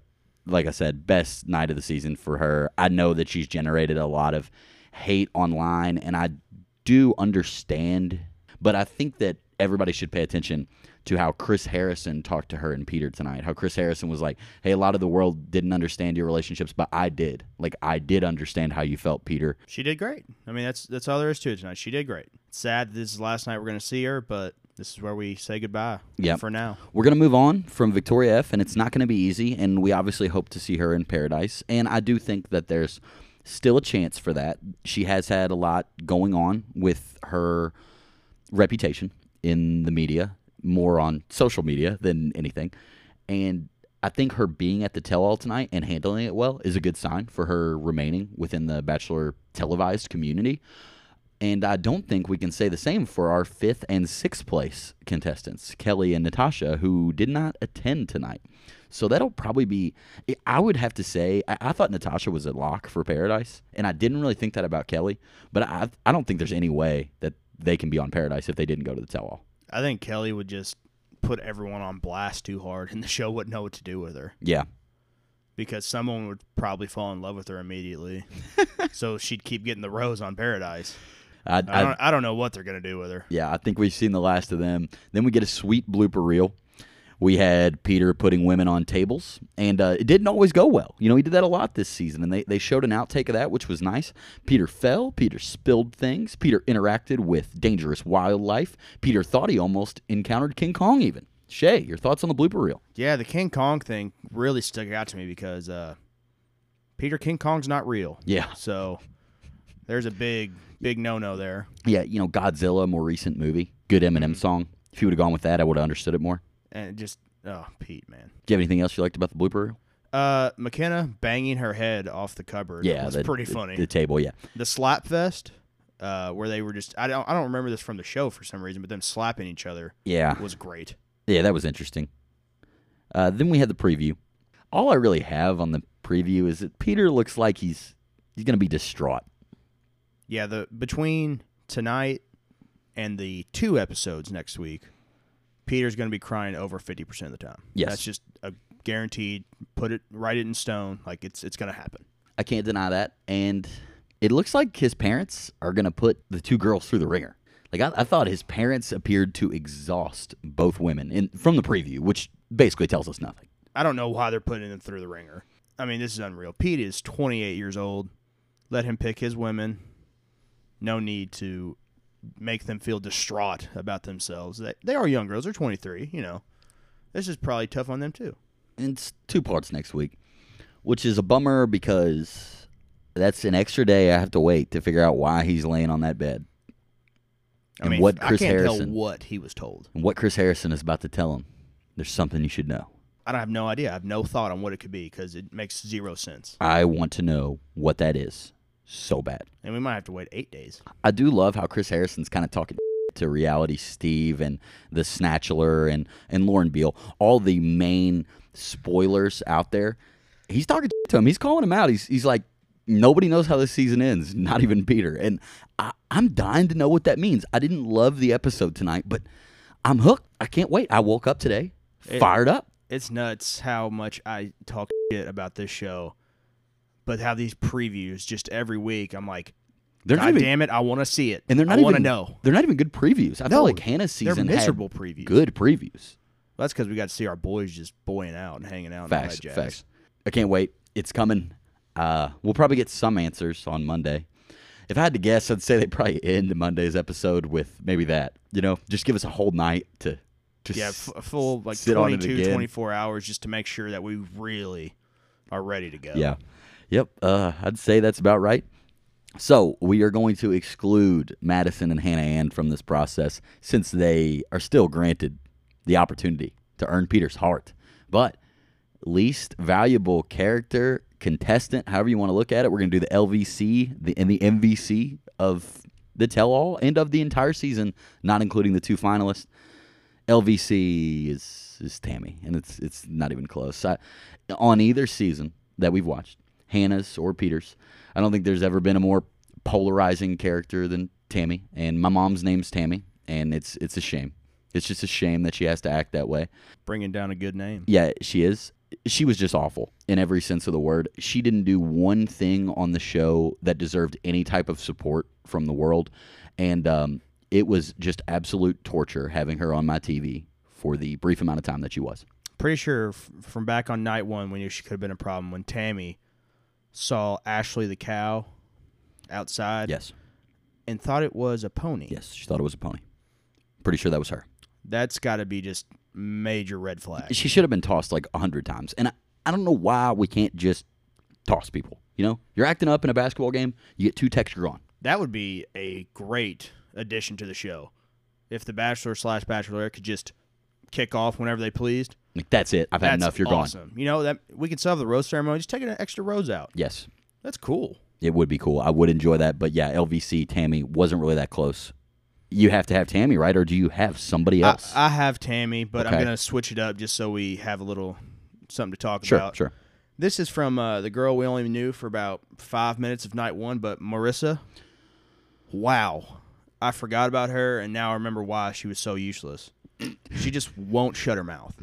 like I said, best night of the season for her. I know that she's generated a lot of hate online, and I do understand, but I think that everybody should pay attention to how Chris Harrison talked to her and Peter tonight. How Chris Harrison was like, hey, a lot of the world didn't understand your relationships, but I did. Like, I did understand how you felt, Peter. She did great. I mean, that's that's all there is to it tonight. She did great. It's sad that this is the last night we're gonna see her, but this is where we say goodbye. Yep. For now, We're going to move on from Victoria F, and it's not going to be easy. And we obviously hope to see her in paradise. And I do think that there's still a chance for that. She has had a lot going on with her reputation in the media, more on social media than anything. And I think her being at the tell all tonight and handling it well is a good sign for her remaining within the Bachelor televised community. And I don't think we can say the same for our fifth and sixth place contestants, Kelly and Natasha, who did not attend tonight. So that'll probably be, I would have to say, I, I thought Natasha was a lock for Paradise, and I didn't really think that about Kelly, but I, I don't think there's any way that they can be on Paradise if they didn't go to the tell all. I think Kelly would just put everyone on blast too hard, and the show wouldn't know what to do with her Yeah. because someone would probably fall in love with her immediately. so she'd keep getting the rose on Paradise. I, I I, don't, I don't know what they're gonna do with her. yeah, I think we've seen the last of them. Then we get a sweet blooper reel. We had Peter putting women on tables, and uh, it didn't always go well. You know, he did that a lot this season, and they, they showed an outtake of that, which was nice. Peter fell. Peter spilled things. Peter interacted with dangerous wildlife. Peter thought he almost encountered King Kong, even. Shay, your thoughts on the blooper reel? Yeah, the King Kong thing really stuck out to me because uh, Peter King Kong's not real. Yeah. So there's a big, big no no there. Yeah, you know, Godzilla, more recent movie. Good Mm-hmm. Eminem song. If you would have gone with that, I would have understood it more. And it just, oh, Pete, man. Do you have anything else you liked about the blooper reel? Uh, McKenna banging her head off the cupboard. was the- pretty the- funny. The The, table, yeah. slap fest, uh, where they were just I don't I don't remember this from the show for some reason, but them slapping each other Yeah. was great. Yeah, that was interesting. Uh, then we had the preview. All I really have on the preview is that Peter looks like he's he's gonna be distraught. Yeah, the between tonight and the two episodes next week, Peter's going to be crying over fifty percent of the time. Yes. that's just a guaranteed. Put it write it in stone. Like it's it's going to happen. I can't deny that. And it looks like his parents are gonna put the two girls through the ringer. Like I, I thought his parents appeared to exhaust both women in from the preview, which basically tells us nothing. I don't know why they're putting him through the ringer. I mean, this is unreal. Pete is 28 years old. Let him pick his women. No need to make them feel distraught about themselves. They, they are young girls. They're 23, you know. This is probably tough on them, too. And it's two parts next week, which is a bummer because that's an extra day I have to wait to figure out why he's laying on that bed. I And mean, what I Chris can't Harrison- tell what he was told. and what Chris Harrison is about to tell him. There's something you should know. I don't have no idea. I have no thought on what it could be because it makes zero sense. I want to know what that is so bad. And we might have to wait eight days. I do love how Chris Harrison's kind of talking to reality Steve and the Snatchler and and Lauren Beal, all the main spoilers out there. He's talking to him. He's calling him out. He's he's like nobody knows how this season ends, not even Peter. And I, I'm dying to know what that means. I didn't love the episode tonight, but I'm hooked. I can't wait. I woke up today It- fired up. It's nuts how much I talk shit about this show, but how these previews just every week, I'm like, They're not God even damn it! I want to see it, And they're not I want to even know. They're not even good previews. I feel like Hannah's They're season had miserable previews. good previews. Well, that's because we got to see our boys just boying out and hanging out. and all Facts, that jazz. facts. I can't wait. It's coming. Uh, we'll probably get some answers on Monday. If I had to guess, I'd say they probably end Monday's episode with maybe that. You know, just give us a whole night to just Yeah, f- a full like Sit on it 22, again. 24 hours just to make sure that we really are ready to go. Yeah. Yep. Uh, I'd say that's about right. So we are going to exclude Madison and Hannah Ann from this process since they are still granted the opportunity to earn Peter's heart. But least valuable character, contestant, however you want to look at it, we're going to do the LVC the, and the MVC of the tell all and of the entire season, not including the two finalists. LVC is is Tammy, and it's it's not even close. I, on either season that we've watched, Hannah's or Peter's, I don't think there's ever been a more polarizing character than Tammy. And my mom's name's Tammy, and it's it's a shame. It's just a shame that she has to act that way. Bringing down a good name. Yeah, she is. She was just awful in every sense of the word. She didn't do one thing on the show that deserved any type of support from the world. And um, it was just absolute torture having her on my TV for the brief amount of time that she was. Pretty sure f- from back on night one, we knew she could have been a problem when Tammy saw Ashley the cow outside Yes. and thought it was a pony. Yes. She thought it was a pony. Pretty sure that was her. That's got to be just major red flag. She should have been tossed like 100 times. And I, I don't know why we can't just toss people. You know, you're acting up in a basketball game, you get two texts, you're gone. That would be a great addition to the show. If the Bachelor slash Bachelorette could just kick off whenever they pleased, Like, that's it. I've had that's enough. You're gone. awesome. You know that we could solve the rose ceremony. Just take an extra rose out. Yes. That's cool. It would be cool. I would enjoy that. But yeah, LVC Tammy wasn't really that close. You have to have Tammy, right? Or do you have somebody I, else? I have Tammy, but I'm Okay. gonna switch it up just so we have a little something to talk sure, about. sure. This is from uh, the girl we only knew for about five minutes of night one, but Marissa. Wow, I forgot about her, and now I remember why she was so useless. She just won't shut her mouth.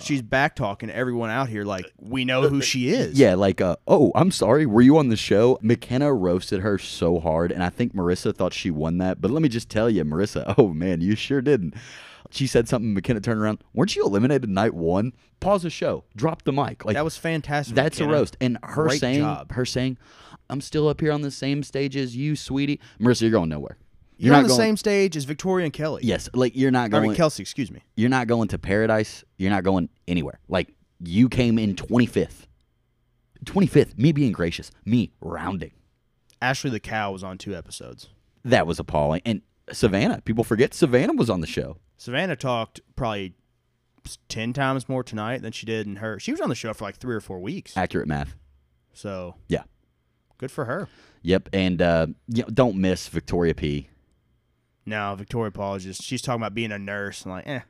She's back talking everyone out here like we know who she is. Yeah, like, uh, oh, I'm sorry. Were you on the show? McKenna roasted her so hard, and I think Marissa thought she won that. But let me just tell you, Marissa, oh man, you sure didn't. She said something. McKenna turned around. Weren't you eliminated night one? Pause the show. Drop the mic. Like that was fantastic. That's McKenna. a roast. And her Great saying, job. her saying, I'm still up here on the same stage as you, sweetie. Marissa, you're going nowhere. You're, on not the going, same stage as Victoria and Kelly. Yes, like you're not I going. mean Kelsey. Excuse me. you're not going to paradise. You're not going anywhere. Like you came in 25th. 25th. Me being gracious. Me rounding. Ashley the cow was on two episodes. That was appalling. And Savannah. People forget Savannah was on the show. Savannah talked probably s- ten times more tonight than she did in her. She was on the show for like three or four weeks. Accurate math. So Yeah. good for her. Yep. And uh, you know, don't miss Victoria P. No, Victoria Paul is just she's talking about being a nurse and like, eh,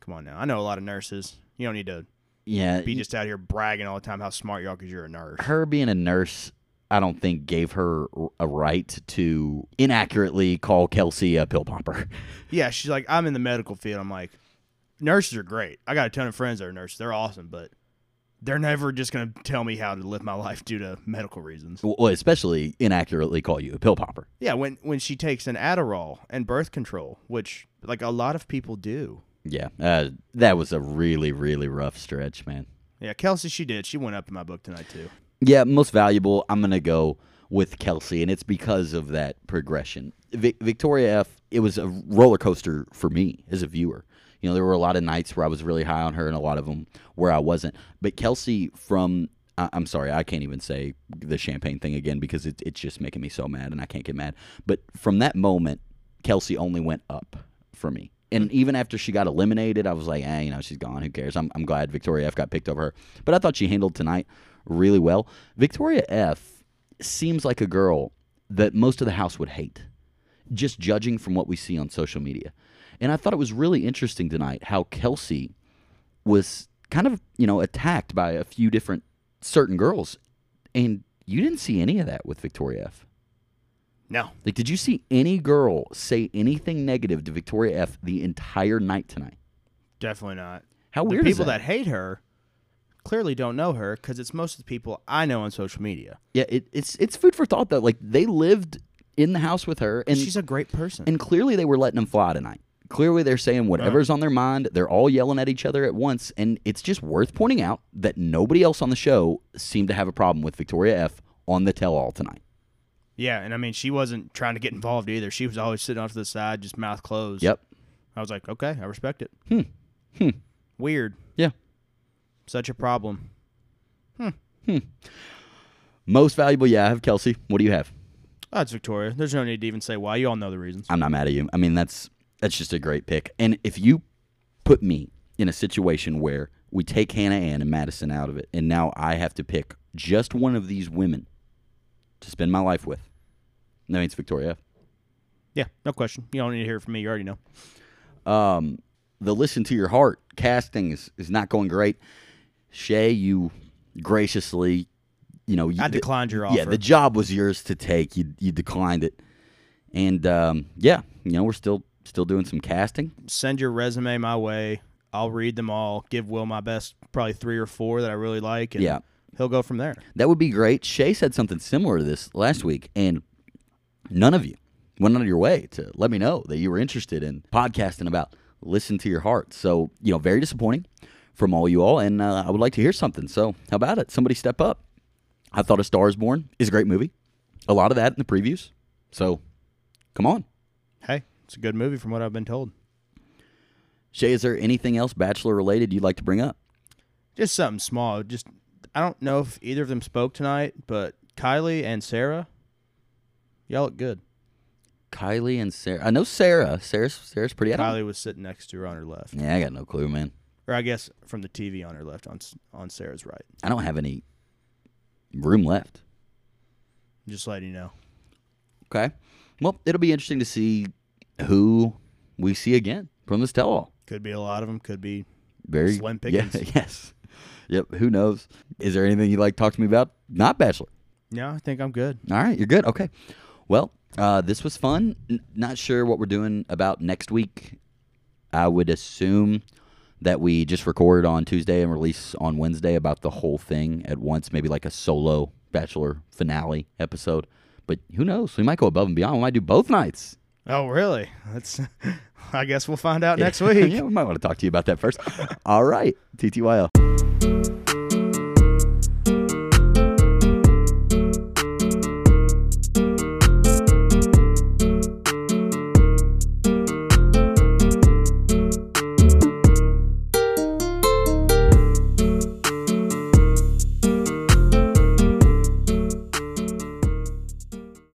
come on now. I know a lot of nurses. You don't need to Yeah. be just out here bragging all the time how smart you are because you're a nurse. her being a nurse, I don't think gave her a right to inaccurately call Kelsey a pill popper. Yeah, she's like, I'm in the medical field. I'm like, nurses are great. I got a ton of friends that are nurses. They're awesome, but they're never just gonna tell me how to live my life due to medical reasons. Well, especially inaccurately call you a pill popper. Yeah, when when she takes an Adderall and birth control, which like a lot of people do. Yeah, uh, that was a really, really rough stretch, man. Yeah, Kelsey, she did. She went up in my book tonight too. Yeah, most valuable. I'm gonna go with Kelsey, and it's because of that progression. Vic- Victoria F. It was a roller coaster for me as a viewer. You know, there were a lot of nights where I was really high on her, and a lot of them where I wasn't. But Kelsey, from I- I'm sorry, I can't even say the champagne thing again because it- it's just making me so mad, and I can't get mad. But from that moment, Kelsey only went up for me. And even after she got eliminated, I was like, eh, you know, she's gone. Who cares? I'm, I'm glad Victoria F got picked over her. But I thought she handled tonight really well. Victoria F seems like a girl that most of the house would hate, just judging from what we see on social media. And I thought it was really interesting tonight how Kelsey was kind of, you know, attacked by a few different certain girls. And you didn't see any of that with Victoria F. No, Like, did you see any girl say anything negative to Victoria F the entire night tonight? definitely not. How the weird is people that? hate her clearly don't know her because it's most of the people I know on social media. Yeah, it, it's it's food for thought though. Like they lived in the house with her, and She's a great person. and clearly they were letting them fly tonight. Clearly they're saying whatever's on their mind. They're all yelling at each other at once, and it's just worth pointing out that nobody else on the show seemed to have a problem with Victoria F on the tell-all tonight. yeah, and I mean, she wasn't trying to get involved either. She was always sitting off to the side, just mouth closed. Yep. I was like, okay, I respect it. Hmm. Weird. Yeah. Such a problem. Most valuable. Yeah, I have Kelsey. What do you have? Oh, it's Victoria. There's no need to even say why. You all know the reasons. I'm not mad at you. I mean, that's that's just a great pick. And if you put me in a situation where we take Hannah Ann and Madison out of it, and now I have to pick just one of these women to spend my life with, that means Victoria. Yeah, no question. You don't need to hear it from me. You already know. Um, the listen to your heart casting is, is not going great. Shay, you graciously, you know, you, I declined your offer. Yeah, the job was yours to take. You you declined it, and um, yeah, you know, we're still still doing some casting. Send your resume my way. I'll read them all. Give Will my best, probably three or four that I really like. And Yeah. He'll go from there. That would be great. Shay said something similar to this last week, and none of you went out of your way to let me know that you were interested in podcasting about Listen to Your Heart. So, you know, very disappointing from all you all, and uh, I would like to hear something. So, how about it? Somebody step up. I thought A Star is Born is a great movie. A lot of that in the previews. So, come on. Hey, it's a good movie from what I've been told. Shay, is there anything else Bachelor related you'd like to bring up? Just something small. Just I don't know if either of them spoke tonight, but Kylie and Sarah, y'all look good. Kylie and Sarah. I know Sarah. Sarah's, Sarah's pretty. I don't- Kylie was sitting next to her on her left, Yeah, I got no clue, man. or I guess from the TV on her left, on on Sarah's right. I don't have any room left. Just letting you know. Okay. Well, it'll be interesting to see who we see again from this tell all. Could be a lot of them. Could be Very Slim yeah, pickings. yes. Yep. Who knows? Is there anything you'd like to talk to me about? Not Bachelor. no. I think I'm good. All right, you're good. Okay. Well, uh, this was fun. N- not sure what we're doing about next week. I would assume that we just record on Tuesday and release on Wednesday about the whole thing at once, maybe like a solo Bachelor finale episode. But who knows? We might go above and beyond. We might do both nights. Oh, really? That's. I guess we'll find out next week. yeah, we might want to talk to you about that first. All right, TTYL.